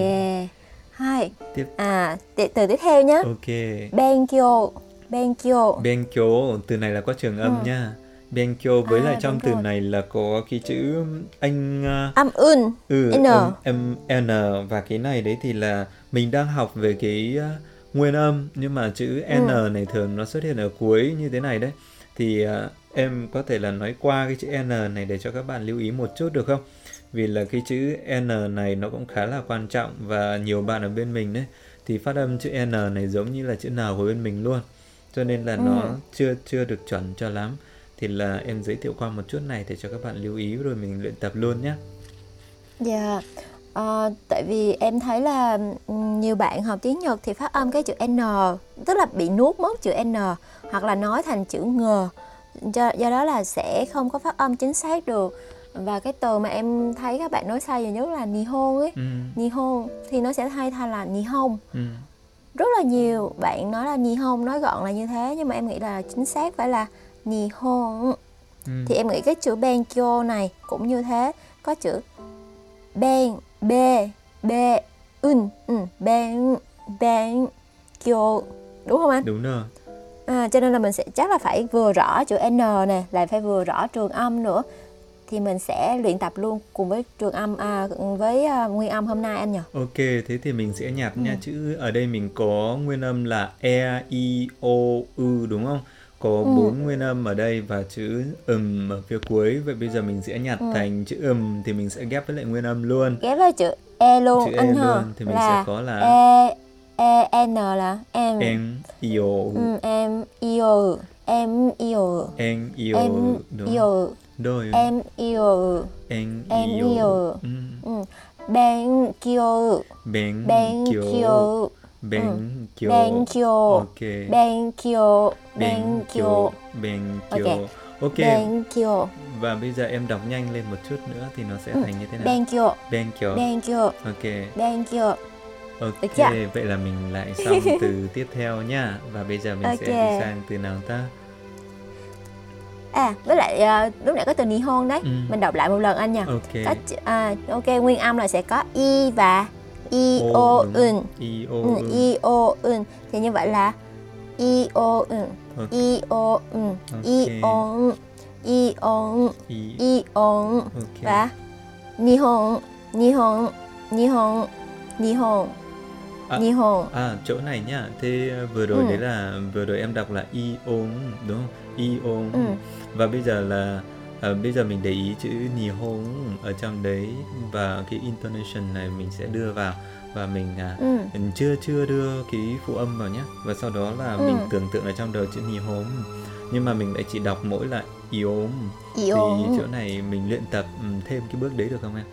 [SPEAKER 1] hai
[SPEAKER 2] Tiếp. Ừ.
[SPEAKER 1] à từ, từ tiếp theo nhé
[SPEAKER 2] OK
[SPEAKER 1] benkyo benkyo
[SPEAKER 2] Bên kiều từ này là có trường âm nha. Bên kiều với
[SPEAKER 1] Ờ. À,
[SPEAKER 2] lại trong
[SPEAKER 1] đúng
[SPEAKER 2] từ
[SPEAKER 1] rồi.
[SPEAKER 2] này là có cái chữ anh uh,
[SPEAKER 1] âm un
[SPEAKER 2] ừ,
[SPEAKER 1] N.
[SPEAKER 2] âm, âm n và cái này đấy thì là mình đang học về cái uh, nguyên âm nhưng mà chữ n này thường nó xuất hiện ở cuối như thế này đấy. Thì uh, em có thể là nói qua cái chữ n này để cho các bạn lưu ý một chút được không? Vì là cái chữ n này nó cũng khá là quan trọng và nhiều bạn ở bên mình đấy thì phát âm chữ n này giống như là chữ n của bên mình luôn cho nên là nó chưa chưa được chuẩn cho lắm thì là em giới thiệu qua một chút này để cho các bạn lưu ý rồi mình luyện tập luôn nhé
[SPEAKER 1] Dạ, ờ, tại vì em thấy là ừm, nhiều bạn học tiếng Nhật thì phát âm cái chữ N tức là bị nuốt mất chữ N hoặc là nói thành chữ ngờ do, do đó là sẽ không có phát âm chính xác được và cái từ mà em thấy các bạn nói sai nhiều nhất là Nihon ấy
[SPEAKER 2] ừ,
[SPEAKER 1] Nihon thì nó sẽ thay thành là Nihon
[SPEAKER 2] ừ.
[SPEAKER 1] rất là nhiều bạn nói là Nihon nói gọn là như thế nhưng mà em nghĩ là chính xác phải là Nihon
[SPEAKER 2] Ừ.
[SPEAKER 1] thì em nghĩ cái chữ Benkyo này cũng như thế có chữ Ben B B un ừ, Ben Ben Kyo đúng không anh
[SPEAKER 2] đúng rồi
[SPEAKER 1] à, cho nên là mình sẽ chắc là phải vừa rõ chữ N nè lại phải vừa rõ trường âm nữa thì mình sẽ luyện tập luôn cùng với trường âm à, với à, nguyên âm hôm nay anh nhỉ
[SPEAKER 2] ok thế thì mình sẽ nhặt nha chữ ở đây mình có nguyên âm là e i o u đúng không có bốn nguyên âm ở đây và chữ ừm ở phía cuối vậy bây giờ mình sẽ nhặt thành chữ ừm thì mình sẽ ghép với lại nguyên âm luôn
[SPEAKER 1] ghép với chữ E luôn
[SPEAKER 2] chữ e
[SPEAKER 1] anh ha
[SPEAKER 2] luôn thì mình sẽ có à, là
[SPEAKER 1] E E N là em
[SPEAKER 2] en i o u
[SPEAKER 1] ừ, em yêu em yêu
[SPEAKER 2] en i o
[SPEAKER 1] em
[SPEAKER 2] u đúng không?
[SPEAKER 1] yêu
[SPEAKER 2] Rồi,
[SPEAKER 1] em yêu
[SPEAKER 2] anh
[SPEAKER 1] em
[SPEAKER 2] yêu.
[SPEAKER 1] yêu.
[SPEAKER 2] Ừ.
[SPEAKER 1] ben kêu
[SPEAKER 2] Bên
[SPEAKER 1] ben
[SPEAKER 2] kiều.
[SPEAKER 1] kêu
[SPEAKER 2] Bên kiều.
[SPEAKER 1] ben kêu
[SPEAKER 2] Ok.
[SPEAKER 1] ben kêu ben
[SPEAKER 2] Bên
[SPEAKER 1] kêu
[SPEAKER 2] kiều. Bên
[SPEAKER 1] Ok.
[SPEAKER 2] kiều. Ok.
[SPEAKER 1] ben kêu
[SPEAKER 2] Và bây giờ em đọc nhanh lên một chút nữa thì nó
[SPEAKER 1] Ừ.
[SPEAKER 2] sẽ thành như thế nào? Ờ.
[SPEAKER 1] ben kêu
[SPEAKER 2] Bên kiều.
[SPEAKER 1] ben kêu
[SPEAKER 2] Ok.
[SPEAKER 1] ben kêu Được
[SPEAKER 2] Ok.
[SPEAKER 1] chưa?
[SPEAKER 2] Vậy là mình lại xong từ tiếp theo nha. Và bây giờ mình sẽ
[SPEAKER 1] Ok.
[SPEAKER 2] đi sang từ nào ta?
[SPEAKER 1] à với lại à, lúc nãy có từ nihon đấy
[SPEAKER 2] Ừ.
[SPEAKER 1] mình đọc lại một lần anh nha
[SPEAKER 2] Ok.
[SPEAKER 1] có chữ- à, ok nguyên âm là sẽ có i và i
[SPEAKER 2] Ô,
[SPEAKER 1] o
[SPEAKER 2] đúng
[SPEAKER 1] un
[SPEAKER 2] không? I o
[SPEAKER 1] Ừ,
[SPEAKER 2] ưng.
[SPEAKER 1] i o un thì như vậy là i o un
[SPEAKER 2] Ok.
[SPEAKER 1] i o un i
[SPEAKER 2] Ok.
[SPEAKER 1] o un i o un
[SPEAKER 2] I.
[SPEAKER 1] i o un
[SPEAKER 2] Ok.
[SPEAKER 1] và nihon nihon nihon nihon
[SPEAKER 2] À.
[SPEAKER 1] nihon
[SPEAKER 2] À chỗ này nhá. Thế ờ, vừa rồi
[SPEAKER 1] Ừ.
[SPEAKER 2] đấy là vừa rồi em đọc là y ôm đúng không? Y ôm.
[SPEAKER 1] Ừ.
[SPEAKER 2] Và bây giờ là ờ, bây giờ mình để ý chữ nì hôn ở trong đấy và cái intonation này mình sẽ đưa vào và mình à,
[SPEAKER 1] ừ.
[SPEAKER 2] mình chưa chưa đưa cái phụ âm vào nhé và sau đó là
[SPEAKER 1] Ừ.
[SPEAKER 2] mình tưởng tượng ở trong đầu chữ nì hôn nhưng mà mình lại chỉ đọc mỗi là y ôm
[SPEAKER 1] i
[SPEAKER 2] thì
[SPEAKER 1] o un
[SPEAKER 2] chỗ này mình luyện tập ừ, thêm cái bước đấy được không em?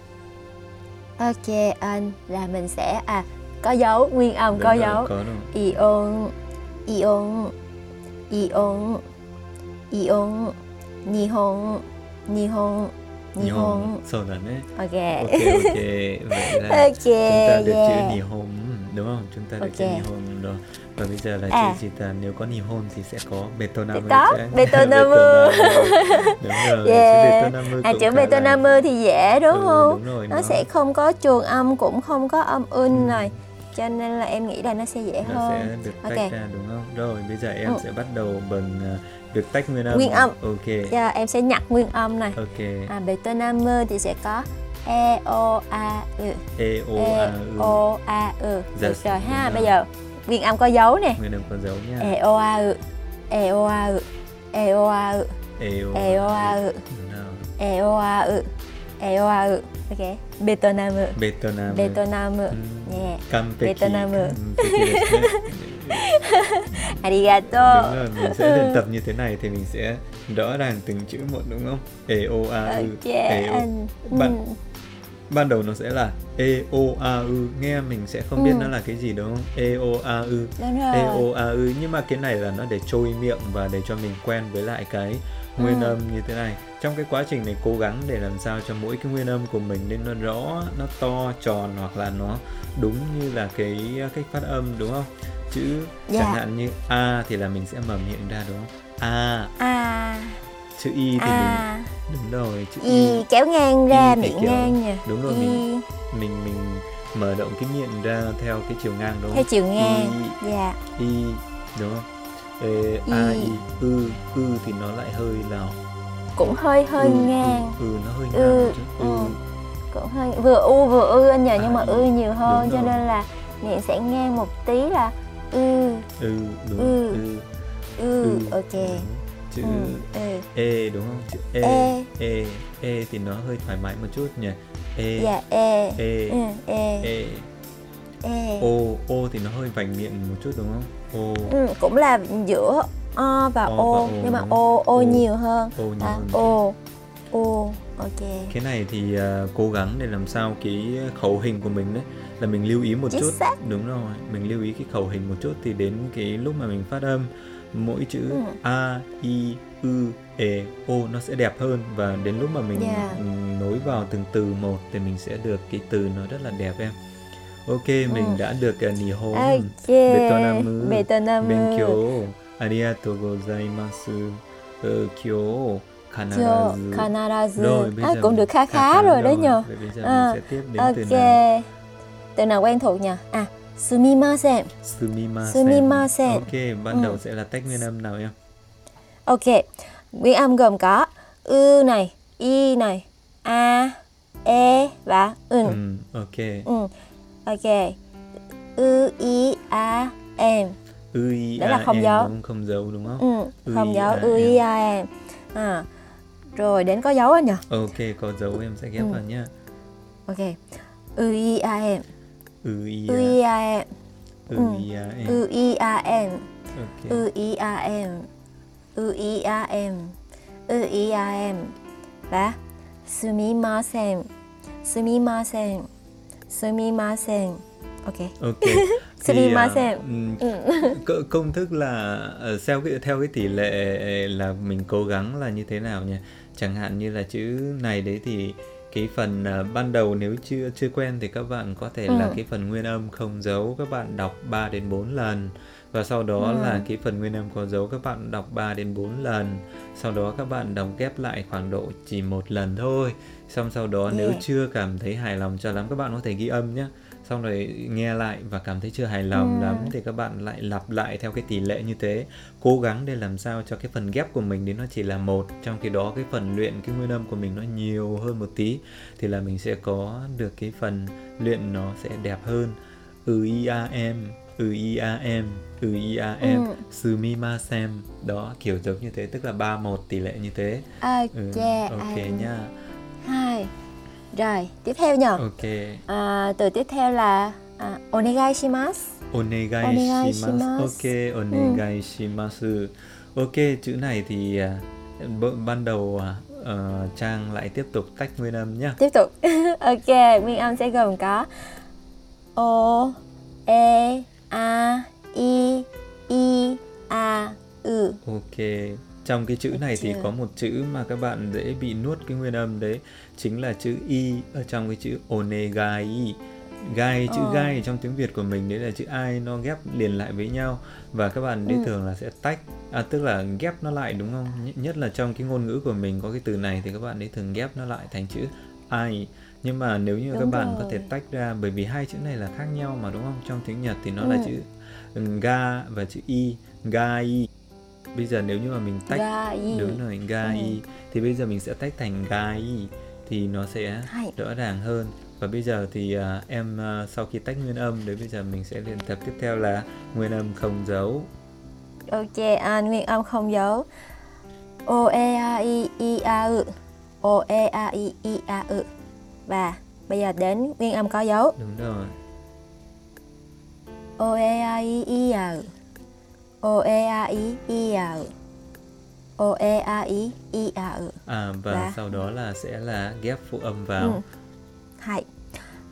[SPEAKER 1] ok anh là mình sẽ à có dấu nguyên âm
[SPEAKER 2] Đúng
[SPEAKER 1] có
[SPEAKER 2] rồi,
[SPEAKER 1] dấu
[SPEAKER 2] Dạ vâng, Có rồi.
[SPEAKER 1] i o un i o un i o un i o un nihon nihon nihon Dạ.
[SPEAKER 2] Sau đó đấy.
[SPEAKER 1] ok
[SPEAKER 2] Ok ok vậy là
[SPEAKER 1] Ok,
[SPEAKER 2] chúng ta được chữ
[SPEAKER 1] yeah.
[SPEAKER 2] nỉ hôn đúng không chúng ta được chữ
[SPEAKER 1] Ok.
[SPEAKER 2] nỉ hôn rồi và bây giờ là
[SPEAKER 1] À.
[SPEAKER 2] chữ gì ta nếu có nỉ hôn thì sẽ có betonamu
[SPEAKER 1] Sẽ có
[SPEAKER 2] chứ.
[SPEAKER 1] betonamu.
[SPEAKER 2] đúng rồi
[SPEAKER 1] Yeah.
[SPEAKER 2] chữ betonamu
[SPEAKER 1] À,
[SPEAKER 2] cũng
[SPEAKER 1] chữ
[SPEAKER 2] khá là-
[SPEAKER 1] Betonamu thì dễ đúng
[SPEAKER 2] Ừ,
[SPEAKER 1] không?
[SPEAKER 2] đúng rồi,
[SPEAKER 1] nó,
[SPEAKER 2] nó-
[SPEAKER 1] sẽ không có trường âm cũng không có âm
[SPEAKER 2] Ừ.
[SPEAKER 1] un này, cho nên là em nghĩ là nó sẽ dễ
[SPEAKER 2] nó
[SPEAKER 1] hơn.
[SPEAKER 2] sẽ được tách
[SPEAKER 1] Ok.
[SPEAKER 2] ra đúng không rồi bây giờ em
[SPEAKER 1] Ừ.
[SPEAKER 2] sẽ bắt đầu bằng à, việc tách nguyên âm
[SPEAKER 1] Nguyên âm.
[SPEAKER 2] ok
[SPEAKER 1] Giờ em sẽ nhặt nguyên âm này.
[SPEAKER 2] ok
[SPEAKER 1] À, Betonamu thì sẽ có e o a u
[SPEAKER 2] e o a
[SPEAKER 1] e
[SPEAKER 2] u
[SPEAKER 1] o a u. Được
[SPEAKER 2] Yes,
[SPEAKER 1] rồi
[SPEAKER 2] đúng
[SPEAKER 1] ha.
[SPEAKER 2] rồi.
[SPEAKER 1] Bây giờ nguyên âm có dấu nè.
[SPEAKER 2] nguyên âm có dấu nha
[SPEAKER 1] e o a u e o a u e o a u
[SPEAKER 2] e o
[SPEAKER 1] e o a u
[SPEAKER 2] Đúng rồi.
[SPEAKER 1] e o a u e o a u. Ok. Betonamu
[SPEAKER 2] betonamu
[SPEAKER 1] Betonamu.
[SPEAKER 2] Ừ.
[SPEAKER 1] Yeah.
[SPEAKER 2] 完璧
[SPEAKER 1] Betonamu.
[SPEAKER 2] 完璧です ね
[SPEAKER 1] Arigato.
[SPEAKER 2] đúng rồi mình sẽ luyện tập như thế này thì mình sẽ rõ ràng từng chữ một đúng không e o a u
[SPEAKER 1] Ok
[SPEAKER 2] E, O.
[SPEAKER 1] anh. Ừ,
[SPEAKER 2] bạn ban đầu nó sẽ là e o a u nghe mình sẽ không biết nó là cái gì đúng không e o a u
[SPEAKER 1] Đúng
[SPEAKER 2] e
[SPEAKER 1] rồi.
[SPEAKER 2] o a u nhưng mà cái này là nó để trôi miệng và để cho mình quen với lại cái nguyên âm như thế này trong cái quá trình này cố gắng để làm sao cho mỗi cái nguyên âm của mình nên nó rõ nó to tròn hoặc là nó đúng như là cái cách phát âm đúng không chữ
[SPEAKER 1] Dạ.
[SPEAKER 2] chẳng hạn như a thì là mình sẽ mầm miệng ra đúng không a
[SPEAKER 1] a
[SPEAKER 2] chữ y thì
[SPEAKER 1] a
[SPEAKER 2] mình đúng rồi chữ
[SPEAKER 1] y kéo à. Ừ, ngang
[SPEAKER 2] Y
[SPEAKER 1] ra
[SPEAKER 2] thì
[SPEAKER 1] miệng
[SPEAKER 2] kiểu-
[SPEAKER 1] ngang Ừ, nha
[SPEAKER 2] đúng rồi
[SPEAKER 1] y
[SPEAKER 2] mình mình mình mở rộng cái miệng ra theo cái chiều ngang đúng
[SPEAKER 1] theo
[SPEAKER 2] không
[SPEAKER 1] chiều ngang
[SPEAKER 2] y
[SPEAKER 1] dạ
[SPEAKER 2] y đúng không Ê, a
[SPEAKER 1] Y.
[SPEAKER 2] y ư ư thì nó lại hơi là
[SPEAKER 1] cũng hơi hơi
[SPEAKER 2] ư, ư,
[SPEAKER 1] ngang
[SPEAKER 2] ư nó hơi
[SPEAKER 1] Ư,
[SPEAKER 2] ngang một chút.
[SPEAKER 1] ừ.
[SPEAKER 2] ư
[SPEAKER 1] cũng hơi vừa u vừa ư anh nhờ nhưng mà
[SPEAKER 2] À,
[SPEAKER 1] ư nhiều hơn
[SPEAKER 2] đúng
[SPEAKER 1] cho
[SPEAKER 2] rồi.
[SPEAKER 1] nên là miệng sẽ ngang một tí là ư
[SPEAKER 2] ư đúng
[SPEAKER 1] Ư.
[SPEAKER 2] ư
[SPEAKER 1] ư
[SPEAKER 2] ư
[SPEAKER 1] ok
[SPEAKER 2] đúng. chữ
[SPEAKER 1] ừ ừ
[SPEAKER 2] e đúng không chữ e
[SPEAKER 1] E.
[SPEAKER 2] e e thì nó hơi thoải mái một chút nhỉ e
[SPEAKER 1] dạ e
[SPEAKER 2] e
[SPEAKER 1] ừ e
[SPEAKER 2] e
[SPEAKER 1] e
[SPEAKER 2] o o thì nó hơi vành miệng một chút đúng không o
[SPEAKER 1] ừ, cũng là giữa o và
[SPEAKER 2] O và
[SPEAKER 1] o
[SPEAKER 2] O, Ừ.
[SPEAKER 1] nhưng mà
[SPEAKER 2] đúng
[SPEAKER 1] o o
[SPEAKER 2] O.
[SPEAKER 1] nhiều hơn
[SPEAKER 2] o nhiều
[SPEAKER 1] à
[SPEAKER 2] hơn.
[SPEAKER 1] o o ok
[SPEAKER 2] cái này thì à, cố gắng để làm sao cái khẩu hình của mình đấy là mình lưu ý một
[SPEAKER 1] Chính
[SPEAKER 2] chút
[SPEAKER 1] xác.
[SPEAKER 2] đúng rồi mình lưu ý cái khẩu hình một chút thì đến cái lúc mà mình phát âm mỗi chữ
[SPEAKER 1] Ừ.
[SPEAKER 2] a i ư e o nó sẽ đẹp hơn và đến lúc mà mình
[SPEAKER 1] Yeah.
[SPEAKER 2] nối vào từng từ một thì mình sẽ được cái từ nó rất là đẹp em ok mình
[SPEAKER 1] Ừ.
[SPEAKER 2] đã được uh, nỉ hôn
[SPEAKER 1] ok
[SPEAKER 2] Betonamu.
[SPEAKER 1] Betonamu.
[SPEAKER 2] 勉強をありがとうございますう今日必
[SPEAKER 1] Chưa,
[SPEAKER 2] ず
[SPEAKER 1] Kanarazu.
[SPEAKER 2] rồi bây
[SPEAKER 1] à,
[SPEAKER 2] giờ
[SPEAKER 1] cũng
[SPEAKER 2] mình
[SPEAKER 1] được khá khá, rồi đấy nhờ.
[SPEAKER 2] Vậy bây giờ
[SPEAKER 1] Ờ,
[SPEAKER 2] mình sẽ tiếp đến từ
[SPEAKER 1] Ok.
[SPEAKER 2] nào
[SPEAKER 1] Từ nào quen thuộc nhờ? À, sumimasen.
[SPEAKER 2] sumimasen
[SPEAKER 1] Sumimasen.
[SPEAKER 2] ok ban
[SPEAKER 1] Ừ.
[SPEAKER 2] đầu sẽ là tách nguyên âm nào em
[SPEAKER 1] Ok. Nguyên âm gồm có ư này, y này, a, e và ừm.
[SPEAKER 2] ừ, ok
[SPEAKER 1] Ừ. Ok. Ư, i, a, em.
[SPEAKER 2] ư i
[SPEAKER 1] Đấy là
[SPEAKER 2] a,
[SPEAKER 1] không
[SPEAKER 2] em,
[SPEAKER 1] dấu.
[SPEAKER 2] đúng không? không dấu đúng không
[SPEAKER 1] Ừ.
[SPEAKER 2] Ư,
[SPEAKER 1] Không
[SPEAKER 2] i,
[SPEAKER 1] dấu
[SPEAKER 2] a,
[SPEAKER 1] ư, i, a, em. À. Rồi đến có dấu anh nhờ?
[SPEAKER 2] ok có dấu em sẽ ghép
[SPEAKER 1] Ừ.
[SPEAKER 2] vào nhá
[SPEAKER 1] Ok. Ư, i, a, em.
[SPEAKER 2] ư i a
[SPEAKER 1] Ư, i, a, em.
[SPEAKER 2] ư
[SPEAKER 1] ừ.
[SPEAKER 2] i a em
[SPEAKER 1] Ư, i, a, em.
[SPEAKER 2] ok
[SPEAKER 1] ư ý a em ư ý a em ư ý a em và sumimasen sumimasen sumimasen ok
[SPEAKER 2] ok thì à,
[SPEAKER 1] sumimasen
[SPEAKER 2] ừm,
[SPEAKER 1] ừ.
[SPEAKER 2] Cơ- công thức là ờ, theo cái theo cái tỷ lệ là mình cố gắng là như thế nào nhỉ chẳng hạn như là chữ này đấy thì cái phần ờ, ban đầu nếu chưa chưa quen thì các bạn có thể là
[SPEAKER 1] Ừ.
[SPEAKER 2] cái phần nguyên âm không dấu các bạn đọc 3 đến 4 lần và sau đó
[SPEAKER 1] Ừ.
[SPEAKER 2] là cái phần nguyên âm có dấu các bạn đọc 3 đến 4 lần sau đó các bạn đọc ghép lại khoảng độ chỉ một lần thôi xong sau đó nếu
[SPEAKER 1] Yeah.
[SPEAKER 2] chưa cảm thấy hài lòng cho lắm các bạn có thể ghi âm nhé xong rồi nghe lại và cảm thấy chưa hài lòng
[SPEAKER 1] Ừ.
[SPEAKER 2] lắm thì các bạn lại lặp lại theo cái tỷ lệ như thế cố gắng để làm sao cho cái phần ghép của mình đến nó chỉ là một trong khi đó cái phần luyện cái nguyên âm của mình nó nhiều hơn một tí thì là mình sẽ có được cái phần luyện nó sẽ đẹp hơn ừ i a em ừ i a em ừ i a em
[SPEAKER 1] Ừ.
[SPEAKER 2] sumimasen đó kiểu giống như thế tức là ba một tỷ lệ như thế ừ,
[SPEAKER 1] ok
[SPEAKER 2] ok
[SPEAKER 1] em.
[SPEAKER 2] nha
[SPEAKER 1] hai rồi tiếp theo nhờ
[SPEAKER 2] ok
[SPEAKER 1] à, từ tiếp theo là à, onegai shimasu
[SPEAKER 2] onegai shimasu
[SPEAKER 1] Onegaishimasu.
[SPEAKER 2] ok onegai shimasu ok chữ này thì à, b- ban đầu à, ờ, trang lại tiếp tục tách nguyên âm nhá
[SPEAKER 1] tiếp tục ok nguyên âm sẽ gồm có o e a i i a u
[SPEAKER 2] Ok, trong cái chữ này thì
[SPEAKER 1] chưa?
[SPEAKER 2] có một chữ mà các bạn dễ bị nuốt cái nguyên âm đấy chính là chữ y ở trong cái chữ onegai gai chữ
[SPEAKER 1] Ờ.
[SPEAKER 2] gai trong tiếng Việt của mình đấy là chữ ai nó ghép liền lại với nhau và các bạn đấy
[SPEAKER 1] Ừ.
[SPEAKER 2] thường là sẽ tách à, tức là ghép nó lại đúng không Nh- nhất là trong cái ngôn ngữ của mình có cái từ này thì các bạn đấy thường ghép nó lại thành chữ ai nhưng mà nếu như các
[SPEAKER 1] Đúng
[SPEAKER 2] bạn có
[SPEAKER 1] rồi.
[SPEAKER 2] thể tách ra bởi vì hai chữ này là khác nhau mà đúng không trong tiếng Nhật thì nó là
[SPEAKER 1] Ừ.
[SPEAKER 2] chữ ga và chữ y gai bây giờ nếu như mà mình tách
[SPEAKER 1] ga i
[SPEAKER 2] đúng rồi gai thì bây giờ mình sẽ tách thành gai thì nó sẽ
[SPEAKER 1] hai
[SPEAKER 2] rõ ràng hơn và bây giờ thì à, em à, sau khi tách nguyên âm đấy bây giờ mình sẽ luyện tập tiếp theo là nguyên âm không dấu
[SPEAKER 1] ok anh nguyên âm không dấu o e a i i a u o e a i i a u và bây giờ đến nguyên âm có dấu
[SPEAKER 2] đúng rồi
[SPEAKER 1] o e a i i a u o e a i i a u o e a i i a u
[SPEAKER 2] à, và
[SPEAKER 1] Là-
[SPEAKER 2] sau đó là sẽ là ghép phụ âm vào
[SPEAKER 1] はい。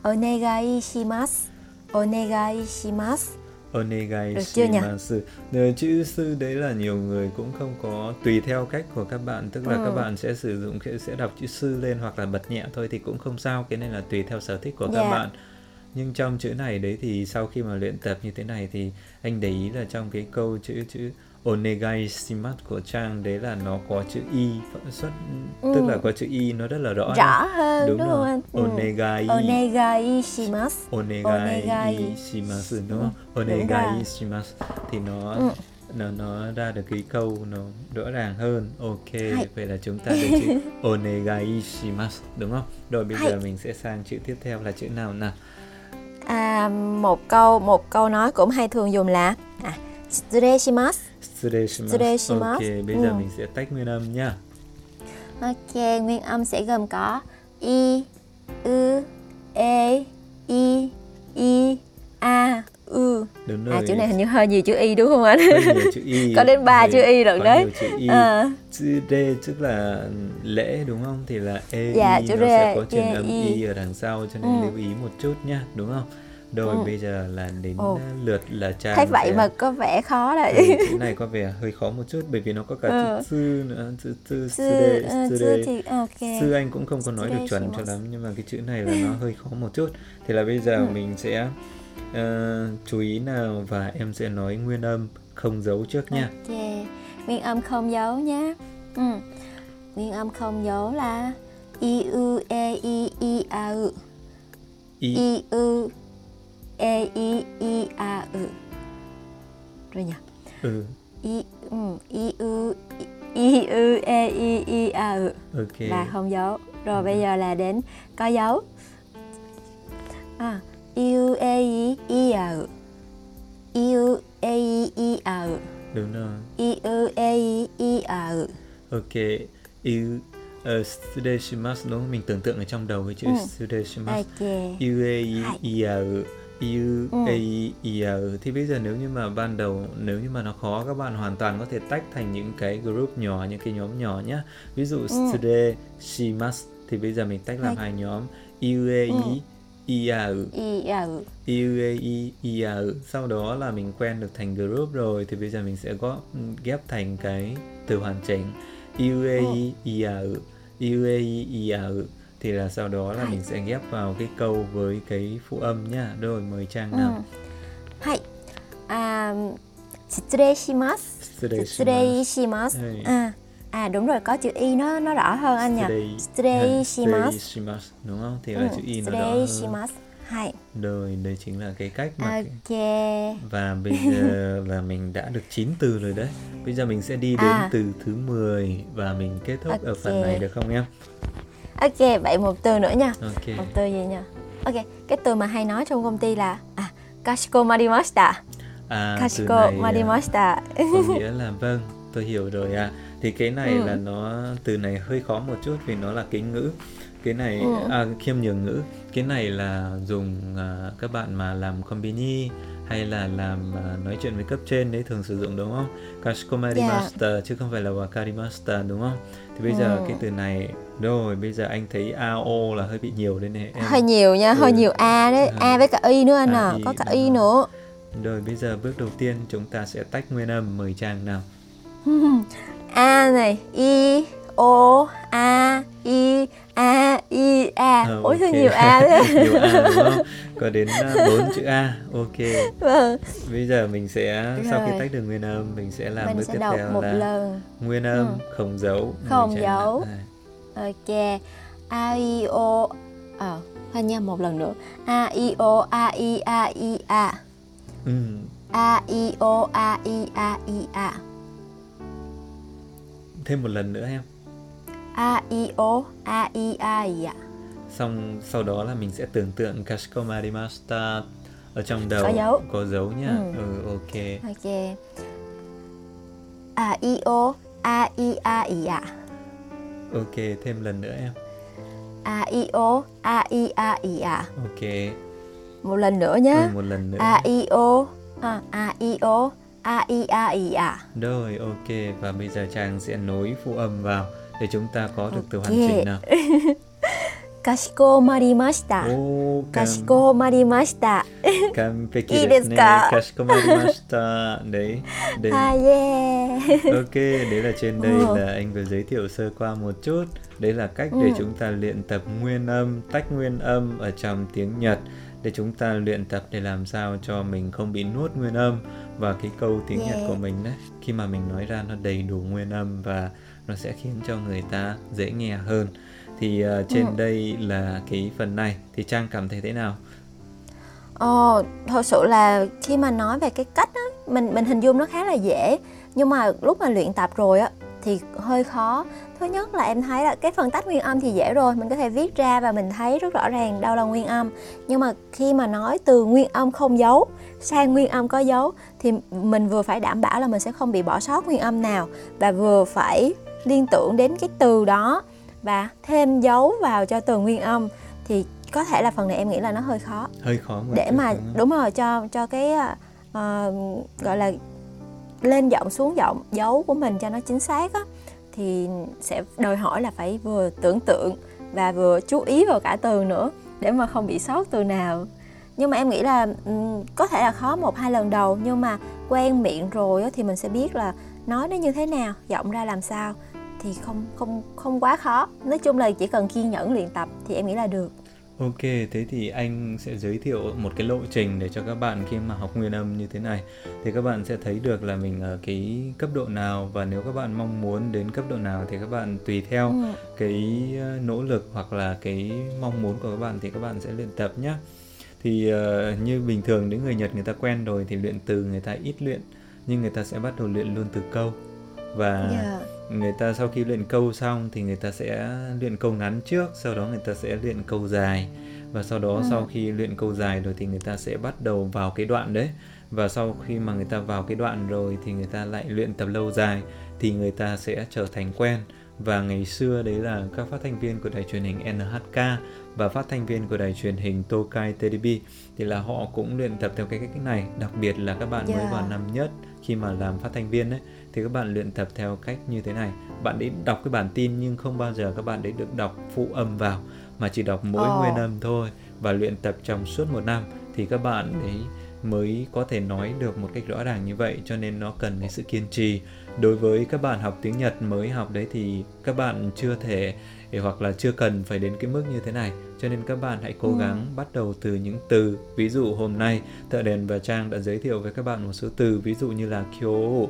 [SPEAKER 1] お願いします。お願いします。
[SPEAKER 2] お願
[SPEAKER 1] được
[SPEAKER 2] い
[SPEAKER 1] chưa
[SPEAKER 2] し
[SPEAKER 1] nhỉ?
[SPEAKER 2] ます. Ờ, Chữ sư đấy là nhiều người cũng không có tùy theo cách của các bạn, tức là
[SPEAKER 1] Ừ.
[SPEAKER 2] các bạn sẽ sử dụng cái- sẽ đọc chữ sư lên hoặc là bật nhẹ thôi thì cũng không sao, cái này là tùy theo sở thích của
[SPEAKER 1] Dạ.
[SPEAKER 2] các bạn. Nhưng trong chữ này đấy thì sau khi mà luyện tập như thế này thì anh để ý là trong cái câu chữ chữ onegai shimasu của Trang đấy là nó có chữ y xuất tức là có chữ y nó rất là rõ.
[SPEAKER 1] rõ hơn
[SPEAKER 2] đúng,
[SPEAKER 1] Ừ. Dạ. đúng, không
[SPEAKER 2] rồi.
[SPEAKER 1] anh? Ừ.
[SPEAKER 2] Onegai.
[SPEAKER 1] Onegai shimasu.
[SPEAKER 2] お願いします
[SPEAKER 1] Ừ,
[SPEAKER 2] の、お
[SPEAKER 1] ん
[SPEAKER 2] 願いします。thì nó
[SPEAKER 1] Ừ.
[SPEAKER 2] nó nó ra được cái câu nó rõ ràng hơn. Ok, vậy là chúng ta được chữ onegaishimasu đúng không? Rồi bây giờ mình sẽ sang chữ tiếp theo là chữ nào nào?
[SPEAKER 1] À, một câu một câu nói cũng hay thường dùng là à, "Tsutsure shimasu.
[SPEAKER 2] 失礼します。
[SPEAKER 1] 失礼します。
[SPEAKER 2] Ok, bây
[SPEAKER 1] Ừ.
[SPEAKER 2] giờ mình sẽ tách nguyên âm nha.
[SPEAKER 1] Ok, nguyên âm sẽ gồm có i, u, e, i, i, a, u.
[SPEAKER 2] Đúng rồi.
[SPEAKER 1] À, chữ này hình như hơi nhiều chữ y đúng không anh?
[SPEAKER 2] Hơi nhiều chữ y.
[SPEAKER 1] Có đến ba
[SPEAKER 2] Đấy,
[SPEAKER 1] chữ y lận
[SPEAKER 2] có
[SPEAKER 1] đấy.
[SPEAKER 2] nhiều chữ y.
[SPEAKER 1] Ờ.
[SPEAKER 2] Chữ D tức là lễ đúng không? Thì là e
[SPEAKER 1] Dạ,
[SPEAKER 2] y,
[SPEAKER 1] chữ
[SPEAKER 2] nó sẽ
[SPEAKER 1] D,
[SPEAKER 2] có truyền
[SPEAKER 1] E,
[SPEAKER 2] âm
[SPEAKER 1] Y.
[SPEAKER 2] y ở đằng sau cho nên
[SPEAKER 1] Ừ.
[SPEAKER 2] lưu ý một chút nha, đúng không? Rồi bây giờ là đến ờ,
[SPEAKER 1] Ồ.
[SPEAKER 2] lượt là trang
[SPEAKER 1] Thấy vậy
[SPEAKER 2] sẽ-
[SPEAKER 1] mà có vẻ khó
[SPEAKER 2] Ừ,
[SPEAKER 1] đấy.
[SPEAKER 2] chữ này có vẻ hơi khó một chút bởi vì nó có cả
[SPEAKER 1] Ờ.
[SPEAKER 2] chữ sư nữa, chữ sư, sư,
[SPEAKER 1] Sư,
[SPEAKER 2] D,
[SPEAKER 1] ờ,
[SPEAKER 2] sư
[SPEAKER 1] sư
[SPEAKER 2] D.
[SPEAKER 1] thì ok.
[SPEAKER 2] Sư Anh cũng không có nói được chuẩn cho
[SPEAKER 1] Tsureshimasu.
[SPEAKER 2] lắm nhưng mà cái chữ này là nó hơi khó một chút. Thì là bây giờ mình sẽ ờ, chú ý nào và em sẽ nói nguyên âm không giấu trước nha.
[SPEAKER 1] Ok, nguyên âm không dấu nhé. Ừ. Nguyên âm không dấu là i, u, e, i, i, a, u.
[SPEAKER 2] Y
[SPEAKER 1] I U E I I A U rồi nhỉ
[SPEAKER 2] ừ,
[SPEAKER 1] I ừ, I U I U E I I A U
[SPEAKER 2] ok.
[SPEAKER 1] là không dấu rồi bây giờ là đến có dấu à, I U E I I A U I U E I I A U
[SPEAKER 2] Đúng rồi.
[SPEAKER 1] I U E I I A U
[SPEAKER 2] Ok, yêu uh, Sudeshimasu đúng không? Mình tưởng tượng ở trong đầu cái chữ Sudeshimasu
[SPEAKER 1] ok
[SPEAKER 2] Iuei
[SPEAKER 1] Hay.
[SPEAKER 2] iau Iuei iau E Thì bây giờ nếu như mà ban đầu nếu như mà nó khó các bạn hoàn toàn có thể tách thành những cái group nhỏ, những cái nhóm nhỏ nhá Ví dụ Sudeshimasu thì bây giờ mình tách làm hai nhóm Iuei iau
[SPEAKER 1] I A U
[SPEAKER 2] IUAE, IAU E Sau đó là mình quen được thành group rồi Thì bây giờ mình sẽ góp ghép thành cái từ hoàn chỉnh E IUAE, IAU IUAE, IAU E Thì là sau đó là mình sẽ ghép vào cái câu với cái phụ âm nha Rồi mời Trang nào
[SPEAKER 1] はいあー失礼します失
[SPEAKER 2] Tsureshimasu.
[SPEAKER 1] 礼します
[SPEAKER 2] Hey.
[SPEAKER 1] à à đúng rồi có chữ y nó nó rõ hơn anh nhỉ
[SPEAKER 2] Tsurei-
[SPEAKER 1] Tsureshimasu.
[SPEAKER 2] Tsureshimasu, Đúng không?
[SPEAKER 1] Ừ,
[SPEAKER 2] Thì là chữ Y nó đó
[SPEAKER 1] ますはい
[SPEAKER 2] Rồi, đây chính là cái cách mà
[SPEAKER 1] ok
[SPEAKER 2] Và bây giờ là mình đã được 9 từ rồi đấy. Bây giờ mình sẽ đi đến
[SPEAKER 1] À.
[SPEAKER 2] từ thứ 10 và mình kết thúc ở phần
[SPEAKER 1] Ok.
[SPEAKER 2] này được không em?
[SPEAKER 1] ok vậy một từ nữa nha
[SPEAKER 2] Ok.
[SPEAKER 1] một từ gì nha ok cái từ mà hay nói trong công ty là à kashikomarimashita
[SPEAKER 2] À, từ này à,
[SPEAKER 1] kashikomarimashita
[SPEAKER 2] có nghĩa là vâng, tôi hiểu rồi ạ. Thì cái này là nó từ này hơi khó một chút vì nó là kính ngữ. Cái này à, khiêm nhường ngữ. Cái này là dùng à, các bạn mà làm combini hay là làm à, nói chuyện với cấp trên đấy thường sử dụng đúng không? Kashikomarimashita chứ không phải là wakarimashita đúng không? Thì bây giờ cái từ này rồi bây giờ anh thấy AO là hơi bị nhiều đấy này em.
[SPEAKER 1] hơi nhiều nha hơi
[SPEAKER 2] Ừ.
[SPEAKER 1] nhiều a đấy
[SPEAKER 2] Ừ.
[SPEAKER 1] a với cả y nữa anh
[SPEAKER 2] À,
[SPEAKER 1] à
[SPEAKER 2] y,
[SPEAKER 1] có cả
[SPEAKER 2] đúng
[SPEAKER 1] y
[SPEAKER 2] rồi.
[SPEAKER 1] nữa
[SPEAKER 2] Rồi bây giờ bước đầu tiên chúng ta sẽ tách nguyên âm mời chàng nào.
[SPEAKER 1] a này y o a y a y a
[SPEAKER 2] Ờ,
[SPEAKER 1] À, ôi thôi
[SPEAKER 2] ok.
[SPEAKER 1] nhiều a à? đấy
[SPEAKER 2] nhiều A đúng không? Có đến à, bốn chữ A. Ok.
[SPEAKER 1] vâng
[SPEAKER 2] Bây giờ mình sẽ sau khi
[SPEAKER 1] Rồi.
[SPEAKER 2] tách được nguyên âm mình sẽ làm
[SPEAKER 1] mình
[SPEAKER 2] bước
[SPEAKER 1] sẽ
[SPEAKER 2] tiếp
[SPEAKER 1] đọc
[SPEAKER 2] theo
[SPEAKER 1] một
[SPEAKER 2] là
[SPEAKER 1] lần Ừ.
[SPEAKER 2] nguyên âm không dấu. mời
[SPEAKER 1] Không
[SPEAKER 2] chàng nào.
[SPEAKER 1] dấu.
[SPEAKER 2] À,
[SPEAKER 1] ok a i o ờ thôi nha một lần nữa a i o a i a i a
[SPEAKER 2] Ừ,
[SPEAKER 1] a i o a i a i a
[SPEAKER 2] thêm một lần nữa em.
[SPEAKER 1] a i o a i a i a
[SPEAKER 2] Xong sau đó là mình sẽ tưởng tượng Kashikomarimashita ở trong đầu
[SPEAKER 1] Có dấu.
[SPEAKER 2] có dấu nha. Ừ, ok.
[SPEAKER 1] ok a i o a i a i a
[SPEAKER 2] Ok, thêm lần nữa em.
[SPEAKER 1] a i o a i a i a
[SPEAKER 2] Ok.
[SPEAKER 1] một lần nữa
[SPEAKER 2] Ừ,
[SPEAKER 1] nhé
[SPEAKER 2] một lần nữa.
[SPEAKER 1] a i o à, a i o a i a i a
[SPEAKER 2] Rồi, ok. Và bây giờ chàng sẽ nối phụ âm vào để chúng ta có được từ hoàn
[SPEAKER 1] Ok.
[SPEAKER 2] chỉnh nào.
[SPEAKER 1] かかしこまりました。
[SPEAKER 2] おー
[SPEAKER 1] かしこまりました。
[SPEAKER 2] 完完璧
[SPEAKER 1] いいで
[SPEAKER 2] で
[SPEAKER 1] すす
[SPEAKER 2] ね。
[SPEAKER 1] か
[SPEAKER 2] しこまりました。Đấy, đấy.
[SPEAKER 1] はい、イエーイ。
[SPEAKER 2] Ok, đấy là trên đây
[SPEAKER 1] Ờ.
[SPEAKER 2] là anh vừa giới thiệu sơ qua một chút. Đấy là cách
[SPEAKER 1] Ừ。
[SPEAKER 2] để chúng ta luyện tập nguyên âm, tách nguyên âm ở trong tiếng Nhật để chúng ta luyện tập để làm sao cho mình không bị nuốt nguyên âm và cái câu tiếng Nhật của mình đấy khi mà mình nói ra nó đầy đủ nguyên âm và nó sẽ khiến cho người ta dễ nghe hơn. Thì ờ, trên
[SPEAKER 1] Ừ。
[SPEAKER 2] đây là cái phần này thì Trang cảm thấy thế nào?
[SPEAKER 1] Ồ, Ờ, thật sự là khi mà nói về cái cách á, mình mình hình dung nó khá là dễ nhưng mà lúc mà luyện tập rồi á thì hơi khó. Thứ nhất là em thấy là cái phần tách nguyên âm thì dễ rồi, mình có thể viết ra và mình thấy rất rõ ràng đâu là nguyên âm. Nhưng mà khi mà nói từ nguyên âm không dấu sang nguyên âm có dấu thì mình vừa phải đảm bảo là mình sẽ không bị bỏ sót nguyên âm nào và vừa phải liên tưởng đến cái từ đó và thêm dấu vào cho từ nguyên âm thì có thể là phần này em nghĩ là nó hơi khó
[SPEAKER 2] Hơi khó một
[SPEAKER 1] để
[SPEAKER 2] chút
[SPEAKER 1] mà
[SPEAKER 2] đúng không?
[SPEAKER 1] đúng rồi cho cho cái à, à, gọi là lên giọng xuống giọng dấu của mình cho nó chính xác á thì sẽ đòi hỏi là phải vừa tưởng tượng và vừa chú ý vào cả từ nữa để mà không bị sót từ nào nhưng mà em nghĩ là ừm, có thể là khó một hai lần đầu nhưng mà quen miệng rồi á, thì mình sẽ biết là nói nó như thế nào giọng ra làm sao thì không không không quá khó nói chung là chỉ cần kiên nhẫn luyện tập thì em nghĩ là được
[SPEAKER 2] Ok, thế thì anh sẽ giới thiệu một cái lộ trình để cho các bạn khi mà học nguyên âm như thế này thì các bạn sẽ thấy được là mình ở cái cấp độ nào và nếu các bạn mong muốn đến cấp độ nào thì các bạn tùy theo
[SPEAKER 1] Ừ.
[SPEAKER 2] cái ờ, nỗ lực hoặc là cái mong muốn của các bạn thì các bạn sẽ luyện tập nhé. Thì ờ, như bình thường những người Nhật người ta quen rồi thì luyện từ người ta ít luyện nhưng người ta sẽ bắt đầu luyện luôn từ câu và
[SPEAKER 1] Dạ.
[SPEAKER 2] người ta sau khi luyện câu xong thì người ta sẽ luyện câu ngắn trước sau đó người ta sẽ luyện câu dài và sau đó sau khi luyện câu dài rồi thì người ta sẽ bắt đầu vào cái đoạn đấy và sau khi mà người ta vào cái đoạn rồi thì người ta lại luyện tập lâu dài thì người ta sẽ trở thành quen và ngày xưa đấy là các phát thanh viên của đài truyền hình NHK và phát thanh viên của đài truyền hình Tokai TDB thì là họ cũng luyện tập theo cái cách này đặc biệt là các bạn mới
[SPEAKER 1] Dạ.
[SPEAKER 2] vào năm nhất khi mà làm phát thanh viên đấy thì các bạn luyện tập theo cách như thế này bạn ấy đọc cái bản tin nhưng không bao giờ các bạn ấy được đọc phụ âm vào mà chỉ đọc mỗi
[SPEAKER 1] Ờ.
[SPEAKER 2] nguyên âm thôi và luyện tập trong suốt một năm thì các bạn ấy mới có thể nói được một cách rõ ràng như vậy cho nên nó cần cái sự kiên trì đối với các bạn học tiếng Nhật mới học đấy thì các bạn chưa thể hoặc là chưa cần phải đến cái mức như thế này cho nên các bạn hãy cố
[SPEAKER 1] Ừ.
[SPEAKER 2] gắng bắt đầu từ những từ ví dụ hôm nay thợ đèn và trang đã giới thiệu với các bạn một số từ ví dụ như là kyo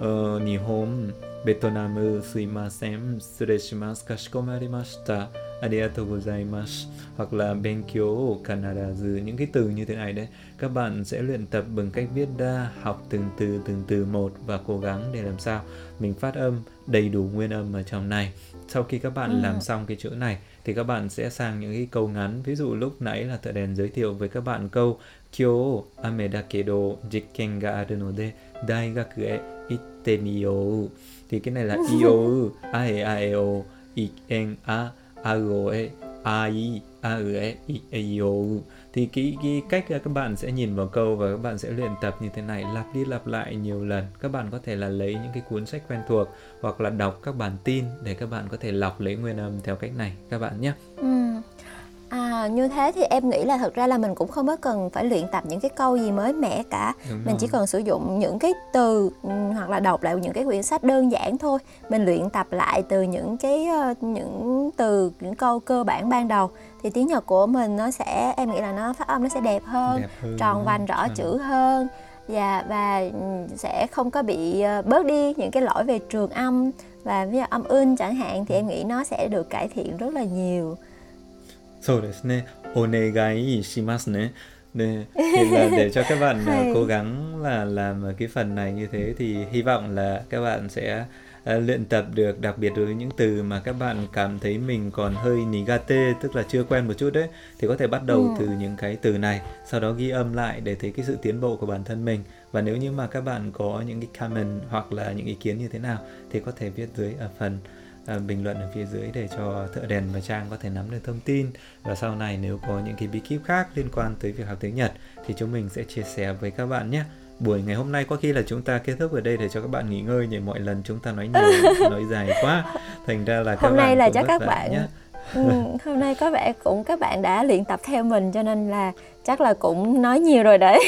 [SPEAKER 2] ờ, nihon Vietnam suimasen sureshimasu kashikomarimashita arigatou gozaimasu hoặc là benkyo kanarazu những cái từ như thế này đấy các bạn sẽ luyện tập bằng cách viết ra học từng từ từng từ một và cố gắng để làm sao mình phát âm đầy đủ nguyên âm ở trong này sau khi các bạn
[SPEAKER 1] Ừ.
[SPEAKER 2] làm xong cái chữ này thì các bạn sẽ sang những cái câu ngắn ví dụ lúc nãy là thợ đèn giới thiệu với các bạn câu kyo ame da kedo jikken ga aru no de daigaku e itte miyou thì cái này là iou ae aeo iken a ao e ai au e iou thì cái, cái cách là các bạn sẽ nhìn vào câu và các bạn sẽ luyện tập như thế này lặp đi lặp lại nhiều lần các bạn có thể là lấy những cái cuốn sách quen thuộc hoặc là đọc các bản tin để các bạn có thể lọc lấy nguyên âm theo cách này các bạn nhé
[SPEAKER 1] Ừ. À, như thế thì em nghĩ là thật ra là mình cũng không có cần phải luyện tập những cái câu gì mới mẻ cả
[SPEAKER 2] Đúng
[SPEAKER 1] mình chỉ
[SPEAKER 2] rồi.
[SPEAKER 1] cần sử dụng những cái từ ừm, hoặc là đọc lại những cái quyển sách đơn giản thôi mình luyện tập lại từ những cái ờ, những từ những câu cơ bản ban đầu thì tiếng Nhật của mình nó sẽ em nghĩ là nó phát âm nó sẽ đẹp hơn
[SPEAKER 2] Đẹp hơn, đúng
[SPEAKER 1] tròn
[SPEAKER 2] không? Dạ.
[SPEAKER 1] vành rõ
[SPEAKER 2] Tròn.
[SPEAKER 1] chữ hơn và và ừm, sẽ không có bị ờ, bớt đi những cái lỗi về trường âm và ví dụ âm in chẳng hạn thì em nghĩ nó sẽ được cải thiện rất là nhiều
[SPEAKER 2] そうですね。お願いしますね。Để, thì là để cho các bạn à,
[SPEAKER 1] Hay.
[SPEAKER 2] cố gắng là làm ở cái phần này như thế thì hy vọng là các bạn sẽ à, luyện tập được đặc biệt đối với những từ mà các bạn cảm thấy mình còn hơi nigate tức là chưa quen một chút đấy thì có thể bắt đầu từ những cái từ này sau đó ghi âm lại để thấy cái sự tiến bộ của bản thân mình và nếu như mà các bạn có những cái comment hoặc là những ý kiến như thế nào thì có thể viết dưới ở phần à, bình luận ở phía dưới để cho thợ đèn và trang có thể nắm được thông tin và sau này nếu có những cái bí kíp khác liên quan tới việc học tiếng Nhật thì chúng mình sẽ chia sẻ với các bạn nhé buổi ngày hôm nay có khi là chúng ta kết thúc ở đây để cho các bạn nghỉ ngơi nhỉ mọi lần chúng ta nói nhiều nói dài quá thành ra là các
[SPEAKER 1] Hôm nay
[SPEAKER 2] bạn
[SPEAKER 1] là
[SPEAKER 2] cũng
[SPEAKER 1] cho
[SPEAKER 2] vất
[SPEAKER 1] các
[SPEAKER 2] vả
[SPEAKER 1] bạn-
[SPEAKER 2] nhé
[SPEAKER 1] Ừ, hôm nay có vẻ cũng các bạn đã luyện tập theo mình cho nên là chắc là cũng nói nhiều rồi đấy.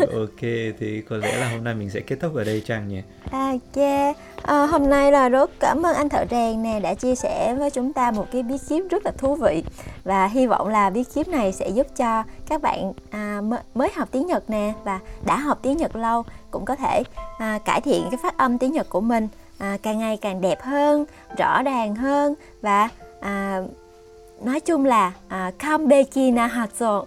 [SPEAKER 2] Ừ, ok thì có lẽ là hôm nay mình sẽ kết thúc ở đây Trang nhỉ.
[SPEAKER 1] Ok, à, hôm nay là rất cảm ơn anh Thợ Rèn nè đã chia sẻ với chúng ta một cái bí kíp rất là thú vị và hy vọng là bí kíp này sẽ giúp cho các bạn à, mới- mới học tiếng Nhật nè và đã học tiếng Nhật lâu cũng có thể à, cải thiện cái phát âm tiếng Nhật của mình à, càng ngày càng đẹp hơn, rõ ràng hơn và à, nói chung là à, Kanbeki na hatsu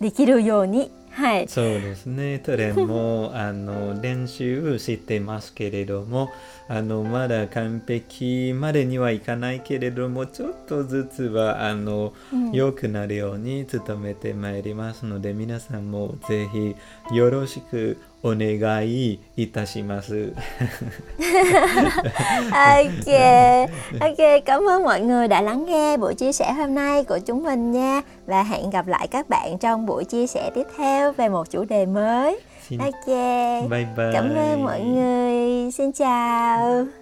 [SPEAKER 1] dekiru yoni. はい。
[SPEAKER 2] そうですね。トレンもあの練習してますけれども、あのまだ完璧までにはいかないけれども、ちょっとずつはあの良くなるように努めてまいりますので、皆さんもぜひよろしくお願いいたし ます。
[SPEAKER 1] ok ok cảm ơn mọi người đã lắng nghe buổi chia sẻ hôm nay của chúng mình nha và hẹn gặp lại các bạn trong buổi chia sẻ tiếp theo về một chủ đề mới
[SPEAKER 2] Xin-
[SPEAKER 1] ok
[SPEAKER 2] Bye bye.
[SPEAKER 1] cảm ơn mọi người xin chào